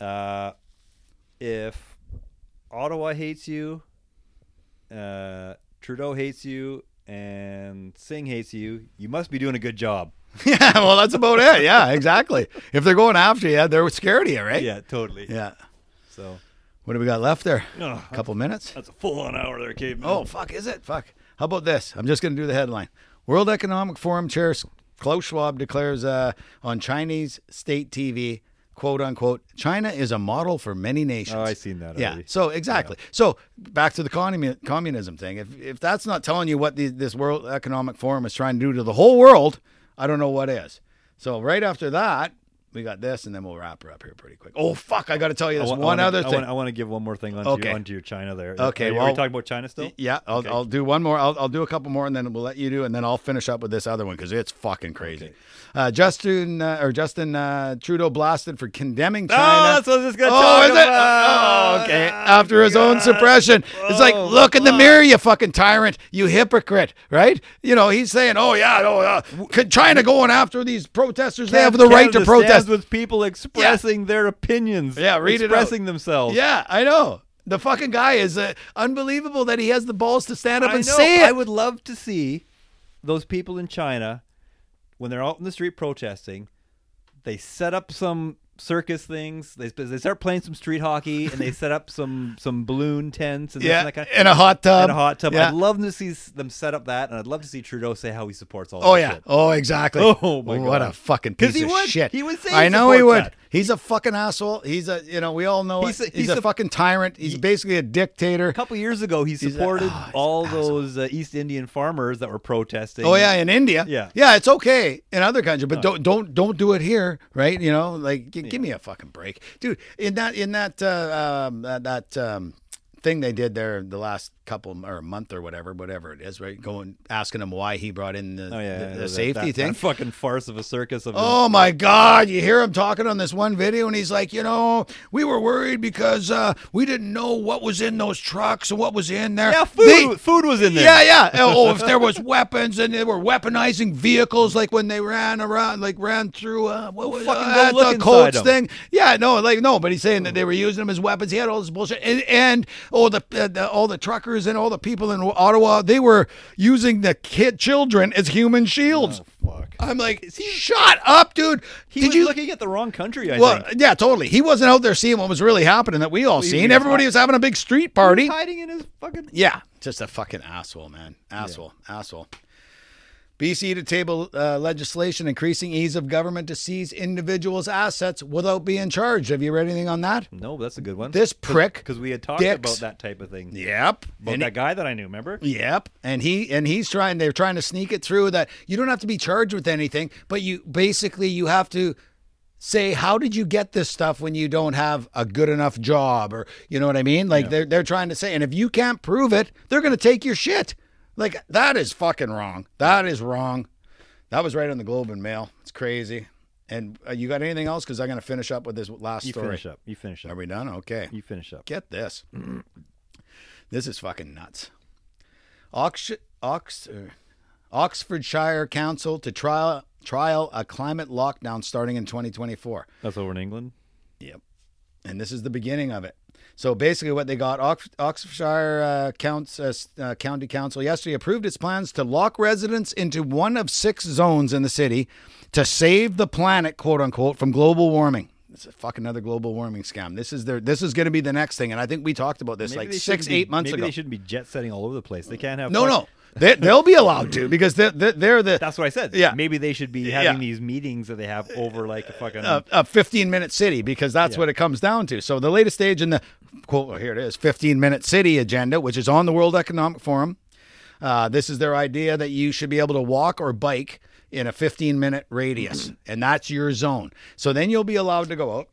S1: uh, "If Ottawa hates you, uh, Trudeau hates you, and Singh hates you, you must be doing a good job."
S2: yeah, well, that's about it. Yeah, exactly. if they're going after you, they're scared of you, right?
S1: Yeah, totally.
S2: Yeah.
S1: So
S2: What do we got left there?
S1: No.
S2: A couple minutes.
S1: that's a full-on hour there, caveman.
S2: Oh, fuck, is it? Fuck. How about this? I'm just going to do the headline. World Economic Forum Chair Klaus Schwab declares uh, on Chinese state TV, quote unquote, China is a model for many nations.
S1: Oh, I seen that
S2: Yeah.
S1: already.
S2: So, exactly. So, back to the communi- communism thing. If, if that's not telling you what the, this World Economic Forum is trying to do to the whole world, I don't know what is. So, right after that, we got this, and then we'll wrap her up here pretty quick. Oh, fuck, I got to tell you
S1: I
S2: this
S1: wa- I
S2: one
S1: wanna-
S2: other
S1: I
S2: thing.
S1: wanna- I want to give one more thing onto,
S2: Okay.
S1: onto your China there.
S2: Okay,
S1: Are, are
S2: well-
S1: we talking about China still?
S2: Yeah, I'll,
S1: Okay.
S2: I'll do one more. I'll, I'll do a couple more, and then we'll let you do, and then I'll finish up with this other one because it's fucking crazy. Uh, Justin uh, or Justin uh, Trudeau blasted for condemning China.
S1: Oh, that's what I was just gonna
S2: Oh,
S1: talk
S2: is it?
S1: about.
S2: Oh, okay. After his own
S1: God. Oh,
S2: suppression, it's like,
S1: Whoa,
S2: look in the mirror, you fucking tyrant, you hypocrite, right? You know, he's saying, oh yeah, oh, uh, could China going after these protesters? They have the right to
S1: Canada
S2: protest.
S1: stands with people expressing their opinions.
S2: Yeah, read it out.
S1: expressing themselves.
S2: yeah, I know. The fucking guy is uh, unbelievable that he has the balls to stand up
S1: I
S2: and
S1: know.
S2: say it.
S1: I would love to see those people in China when they're out in the street protesting. They set up some circus things. They they start playing some street hockey and they set up some some balloon tents and, this
S2: yeah,
S1: and that kind of.
S2: in a hot tub.
S1: in a hot tub.
S2: Yeah.
S1: I'd love to see s- them set up that, and I'd love to see Trudeau say how he supports all.
S2: Oh
S1: this
S2: yeah.
S1: shit.
S2: Oh exactly.
S1: Oh, my
S2: What
S1: God.
S2: a fucking
S1: 'Cause
S2: piece
S1: he
S2: of
S1: would.
S2: shit.
S1: He would say he
S2: I know he
S1: supports
S2: would.
S1: that.
S2: He's a fucking asshole. He's a you know we all know
S1: He's
S2: it.
S1: a-
S2: he's
S1: he's
S2: a,
S1: a-
S2: fucking tyrant. He's basically a dictator.
S1: A couple years ago, he supported
S2: oh, he's
S1: all those uh, East Indian farmers that were protesting.
S2: Oh yeah, in India.
S1: Yeah. Uh.
S2: Yeah, it's okay in other countries, but don't don't don't do it here, right? You know, like g- give me a fucking break, dude. In that in that uh, um, that, that um, thing they did there the last couple or month or whatever, whatever it is, right? Going asking him why he brought in the,
S1: Oh yeah,
S2: the,
S1: yeah,
S2: the
S1: that-
S2: safety
S1: that-
S2: thing.
S1: That fucking farce of a circus of. a-
S2: Oh my God! You hear him talking on this one video, and he's like, you know, we were worried because uh, we didn't know what was in those trucks and what was in there.
S1: yeah, food,
S2: They-
S1: food was in there.
S2: yeah, yeah. Oh, if there was weapons and they were weaponizing vehicles, like when they ran around, like ran through uh, what was
S1: Fucking go
S2: uh,
S1: look
S2: the
S1: inside
S2: Colts
S1: 'em.
S2: thing. Yeah, no, like no, but he's saying that they were using them as weapons. He had all this bullshit, and, and all the, uh, the all the truckers and all the people in Ottawa, they were using the kid children as human shields.
S1: Fuck.
S2: I'm like, shut up, dude.
S1: He
S2: Uh, Did
S1: was
S2: you?
S1: looking at the wrong country? I
S2: well,
S1: think.
S2: yeah, totally. He wasn't out there seeing what was really happening that we all
S1: he
S2: seen.
S1: was
S2: Everybody
S1: hi-
S2: was having a big street party.
S1: Hiding in his fucking.
S2: Yeah, just a fucking asshole, man. Asshole, asshole. BC to table uh, legislation increasing ease of government to seize individuals' assets without being charged. Have you read anything on that?
S1: No, that's a good one.
S2: This prick.
S1: because we had talked
S2: dicks.
S1: about that type of thing.
S2: Yep.
S1: About
S2: And
S1: that guy that I knew, remember?
S2: Yep, and he and he's trying. They're trying to sneak it through that you don't have to be charged with anything, but you basically you have to say how did you get this stuff when you don't have a good enough job or you know what I mean? Like they're they're trying to say, and if you can't prove it, they're gonna take your shit. Like that is fucking wrong. That is wrong. That was right on the Globe and Mail. It's crazy. And uh, you got anything else? Because I'm gonna finish up with this last
S1: You
S2: story.
S1: finish up. You finish
S2: Are
S1: up.
S2: we done? Okay.
S1: You finish up.
S2: Get this. this is fucking nuts. Ox- Ox- er, Oxfordshire Council to trial trial a climate lockdown starting in 2024.
S1: That's over in England.
S2: Yep. And this is the beginning of it. So basically, what they got Ox- Oxfordshire uh, Counts, uh, s- uh, County Council yesterday approved its plans to lock residents into one of six zones in the city to save the planet, quote unquote, from global warming. It's a fucking another global warming scam. This is their. This is going to be the next thing, and I think we talked about this
S1: Maybe
S2: like
S1: they
S2: six,
S1: shouldn't be-
S2: eight months
S1: maybe
S2: ago.
S1: they shouldn't be jet setting all over the place. They can't have.
S2: no,
S1: fuck-
S2: no, they, they'll be allowed to because they're they're, they're the
S1: That's what I said.
S2: Yeah. Uh,
S1: Maybe they should be having these meetings that they have over like a fucking.
S2: a, a 15 minute city because that's what it comes down to. So the latest stage in the quote well, here it is 15 minute city agenda, which is on the World Economic Forum. Uh, this is their idea that you should be able to walk or bike in a 15 minute radius, and that's your zone. So then you'll be allowed to go out.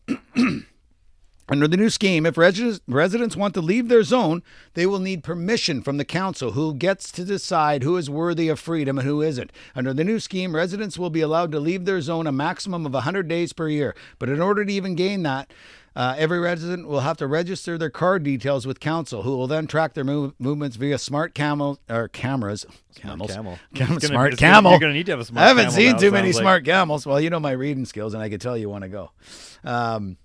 S2: Under the new scheme, if resi- residents want to leave their zone, they will need permission from the council, who gets to decide who is worthy of freedom and who isn't. Under the new scheme, residents will be allowed to leave their zone a maximum of 100 days per year. But in order to even gain that, uh, every resident will have to register their car details with council, who will then track their move- movements via smart camel or cameras. Camels.
S1: camel.
S2: Cam-
S1: It's gonna-
S2: smart
S1: it's gonna-
S2: camel.
S1: you're gonna need to have a smart
S2: I haven't
S1: camel
S2: seen
S1: now,
S2: too many
S1: sounds like.
S2: smart camels. Well, you know my reading skills, and I could tell you want to go. Um,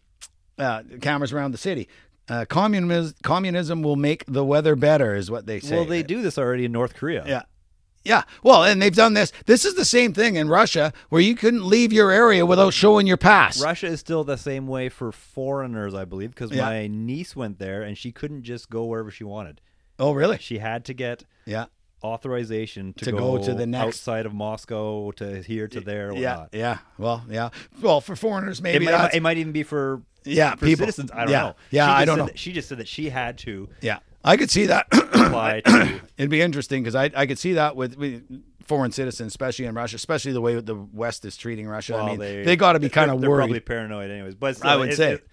S2: uh, cameras around the city. Uh, communism, communism will make the weather better, is what they say.
S1: Well, they do this already in North Korea.
S2: Yeah. Yeah. Well, and they've done this. This is the same thing in Russia where you couldn't leave your area without showing your pass.
S1: Russia is still the same way for foreigners, I believe, because
S2: Yeah.
S1: my niece went there and she couldn't just go wherever she wanted.
S2: Oh, really?
S1: She had to get
S2: Yeah.
S1: authorization to,
S2: To go to the next-
S1: outside of Moscow to here to there. Or
S2: yeah.
S1: whatnot.
S2: Yeah. Well, yeah. Well, for foreigners,
S1: It,
S2: maybe
S1: might, it might-
S2: that's-
S1: it might even be for
S2: Yeah,
S1: for
S2: people.
S1: citizens. I don't
S2: Yeah.
S1: know.
S2: Yeah,
S1: She
S2: I
S1: just
S2: don't
S1: said
S2: know.
S1: that- she just said that she had to
S2: Yeah. I could see that.
S1: apply to.
S2: It'd be interesting because I, I could see that with, with foreign citizens, especially in Russia, especially the way the West is treating Russia.
S1: Well,
S2: I mean,
S1: they-
S2: they, got to be kind of
S1: They're
S2: worried.
S1: probably paranoid, anyways. But
S2: I would
S1: still, it-
S2: say.
S1: it-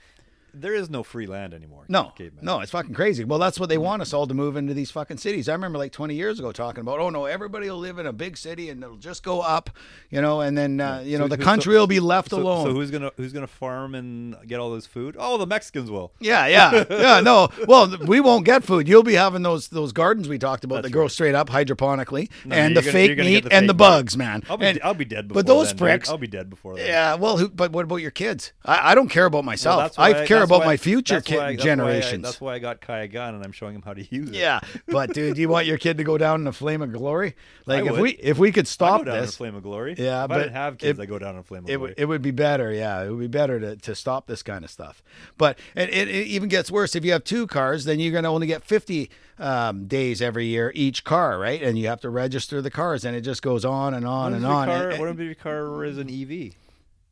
S1: there is no free land anymore.
S2: No,
S1: caveman.
S2: no, it's fucking crazy. Well, that's what they want us all to move into these fucking cities. I remember like 20 years ago talking about, oh no, everybody will live in a big city and it'll just go up, you know, and then uh, you know
S1: So- so-
S2: the country will be left
S1: So,
S2: alone.
S1: so who's gonna who's gonna farm and get all this food? Oh, the Mexicans will.
S2: yeah, yeah, yeah. No, well, th- we won't get food. You'll be having those those gardens we talked about that grow straight up hydroponically, and
S1: you're gonna-
S2: the fake
S1: you're gonna
S2: meat
S1: get the
S2: and
S1: fake
S2: the
S1: meat.
S2: bugs, man.
S1: I'll be,
S2: And-
S1: I'll be dead before.
S2: but those
S1: then, dude.
S2: pricks-
S1: I'll be dead before. Then.
S2: yeah, well, who, but what about your kids? I, I don't care about
S1: Well,
S2: myself.
S1: that's why
S2: I care
S1: that's
S2: about
S1: why-
S2: my future
S1: that's
S2: kid
S1: why I- that's why I-
S2: generations.
S1: That's why I got Kai a gun and I'm showing him how to use it.
S2: Yeah, but dude, you want your kid to go down in a flame of glory? Like if
S1: would.
S2: we if we could
S1: I go
S2: stop
S1: down in a
S2: this,
S1: flame of glory.
S2: Yeah,
S1: if I
S2: but
S1: didn't have kids,
S2: it-
S1: I go down in a flame of
S2: it
S1: glory.
S2: would it would be better. Yeah, it would be better to, to stop this kind of stuff. But it, it, it even gets worse if you have two cars. Then you're going to only get fifty um, days every year each car, right? And you have to register the cars, and it just goes on and
S1: What
S2: on
S1: if
S2: and
S1: your
S2: on.
S1: Car,
S2: It- it-
S1: what if your car is an E EV?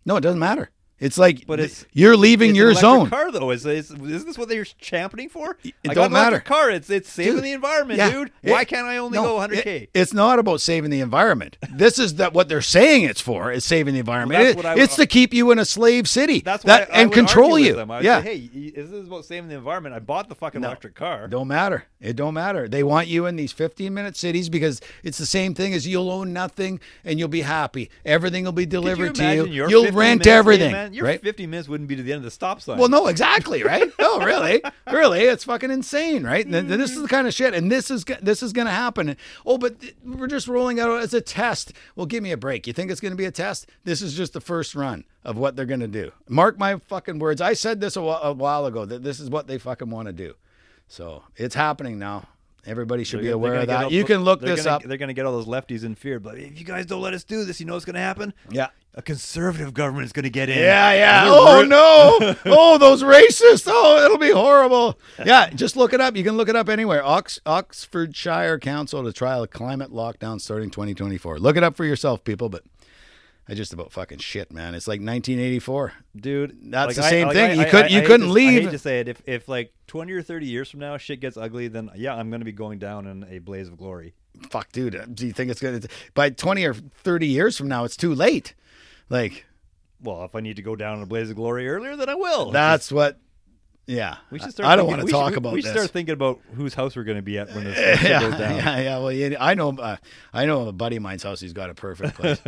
S2: no, it doesn't matter. It's like
S1: But
S2: th-
S1: it's-
S2: you're leaving
S1: It's
S2: your
S1: an electric
S2: zone.
S1: Car though is, is isn't this what they're championing for? It I got
S2: don't
S1: an electric
S2: matter.
S1: Car, it's it's saving
S2: Dude,
S1: the environment,
S2: yeah,
S1: dude.
S2: it-
S1: Why can't I only
S2: no,
S1: go 100k?
S2: it- it's not about saving the environment. This is that what they're saying it's for is saving the environment.
S1: that's
S2: It-
S1: what I-
S2: it's to keep you in a slave city.
S1: That's why
S2: that
S1: I, I
S2: and
S1: would argue
S2: control
S1: with
S2: you.
S1: Them. I would
S2: yeah,
S1: Say, hey, y- this is about saving the environment. I bought the fucking electric car.
S2: don't matter. It don't matter. They want you in these 15 minute cities because it's the same thing as you'll own nothing and you'll be happy. Everything will be
S1: Could
S2: delivered
S1: you
S2: to
S1: imagine
S2: you.
S1: your
S2: You'll
S1: 50
S2: rent
S1: minutes, hey,
S2: everything,
S1: man, your
S2: right?
S1: 50 minutes wouldn't be to the end of the stop sign.
S2: Well, no, exactly, right? No, really, really, it's fucking insane, right? Th- th- This is the kind of shit, and this is go- this is gonna happen. Oh, but th- we're just rolling out as a test. Well, give me a break. You think it's gonna be a test? This is just the first run of what they're gonna do. Mark my fucking words. I said this a whi- a while ago that this is what they fucking want to do. So it's happening now. Everybody should be
S1: They're
S2: aware
S1: gonna
S2: of
S1: get
S2: that.
S1: all-
S2: You can look
S1: they're
S2: this
S1: gonna-
S2: up.
S1: They're going to get all those lefties in fear. But if you guys don't let us do this, you know what's going to happen?
S2: Yeah.
S1: A conservative government is going to get in.
S2: Yeah, yeah.
S1: And they're
S2: Oh
S1: ru-
S2: no. Oh, those racists. Oh, it'll be horrible. Yeah, just look it up. You can look it up anywhere. Ox- Oxfordshire Council to trial a climate lockdown starting 2024. Look it up for yourself, people. But I just about fucking shit, man. It's like 1984.
S1: Dude,
S2: That's
S1: like,
S2: the
S1: I-
S2: same
S1: like,
S2: thing.
S1: I-
S2: You
S1: I-
S2: couldn't-
S1: I-
S2: you
S1: I hate
S2: couldn't
S1: to- I
S2: leave.
S1: hate to say it. If, if like 20 or 30 years from now shit gets ugly, then yeah, I'm going to be going down in a blaze of glory.
S2: Fuck, dude. Do you think it's gonna? By 20 or 30 years from now, it's too late. Like
S1: Well, if I need to go down in a blaze of glory earlier, then I will.
S2: that's what. Yeah.
S1: we should start
S2: I don't
S1: thinking-
S2: want to
S1: we should-
S2: talk
S1: we-
S2: about
S1: We should
S2: this.
S1: start thinking about whose house we're going to be at when this when shit goes
S2: yeah,
S1: down.
S2: yeah, yeah. Well, you, I know, uh, I know a buddy of mine's house. He's got a perfect place.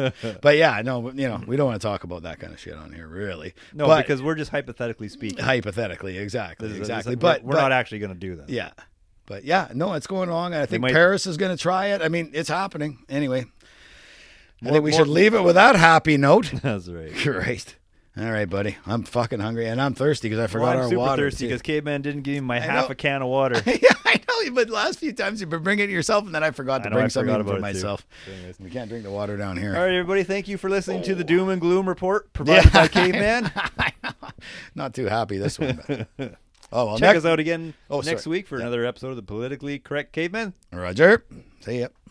S2: but yeah, no, you know, we don't want to talk about that kind of shit on here, really.
S1: No,
S2: but
S1: because we're just hypothetically speaking.
S2: hypothetically, exactly,
S1: This is-
S2: exactly.
S1: we're-
S2: but
S1: we're
S2: but-
S1: not actually going to do that.
S2: Yeah, but yeah, no, it's going along. and I think
S1: might-
S2: Paris is going to try it. I mean, it's happening anyway. I
S1: More-
S2: think we
S1: more-
S2: should leave it with that happy note.
S1: That's right.
S2: Great. All right, buddy. I'm fucking hungry and I'm thirsty because I forgot
S1: Well, I'm
S2: our
S1: super
S2: water.
S1: thirsty
S2: too.
S1: because Caveman didn't give me my half
S2: know.
S1: a can of water.
S2: yeah, I know. But last few times you've been bringing it yourself, and then I forgot to
S1: know,
S2: bring
S1: I
S2: something
S1: forgot
S2: for
S1: about it, too.
S2: myself.
S1: Anyways.
S2: We can't drink the water down here.
S1: All right, everybody. Thank you for listening to the Doom and Gloom report provided by Caveman.
S2: Not too happy this one. but- Oh well,
S1: Check
S2: next,
S1: us out again
S2: Oh,
S1: next
S2: sorry.
S1: week for another episode of the Politically Correct Caveman.
S2: Roger. See ya.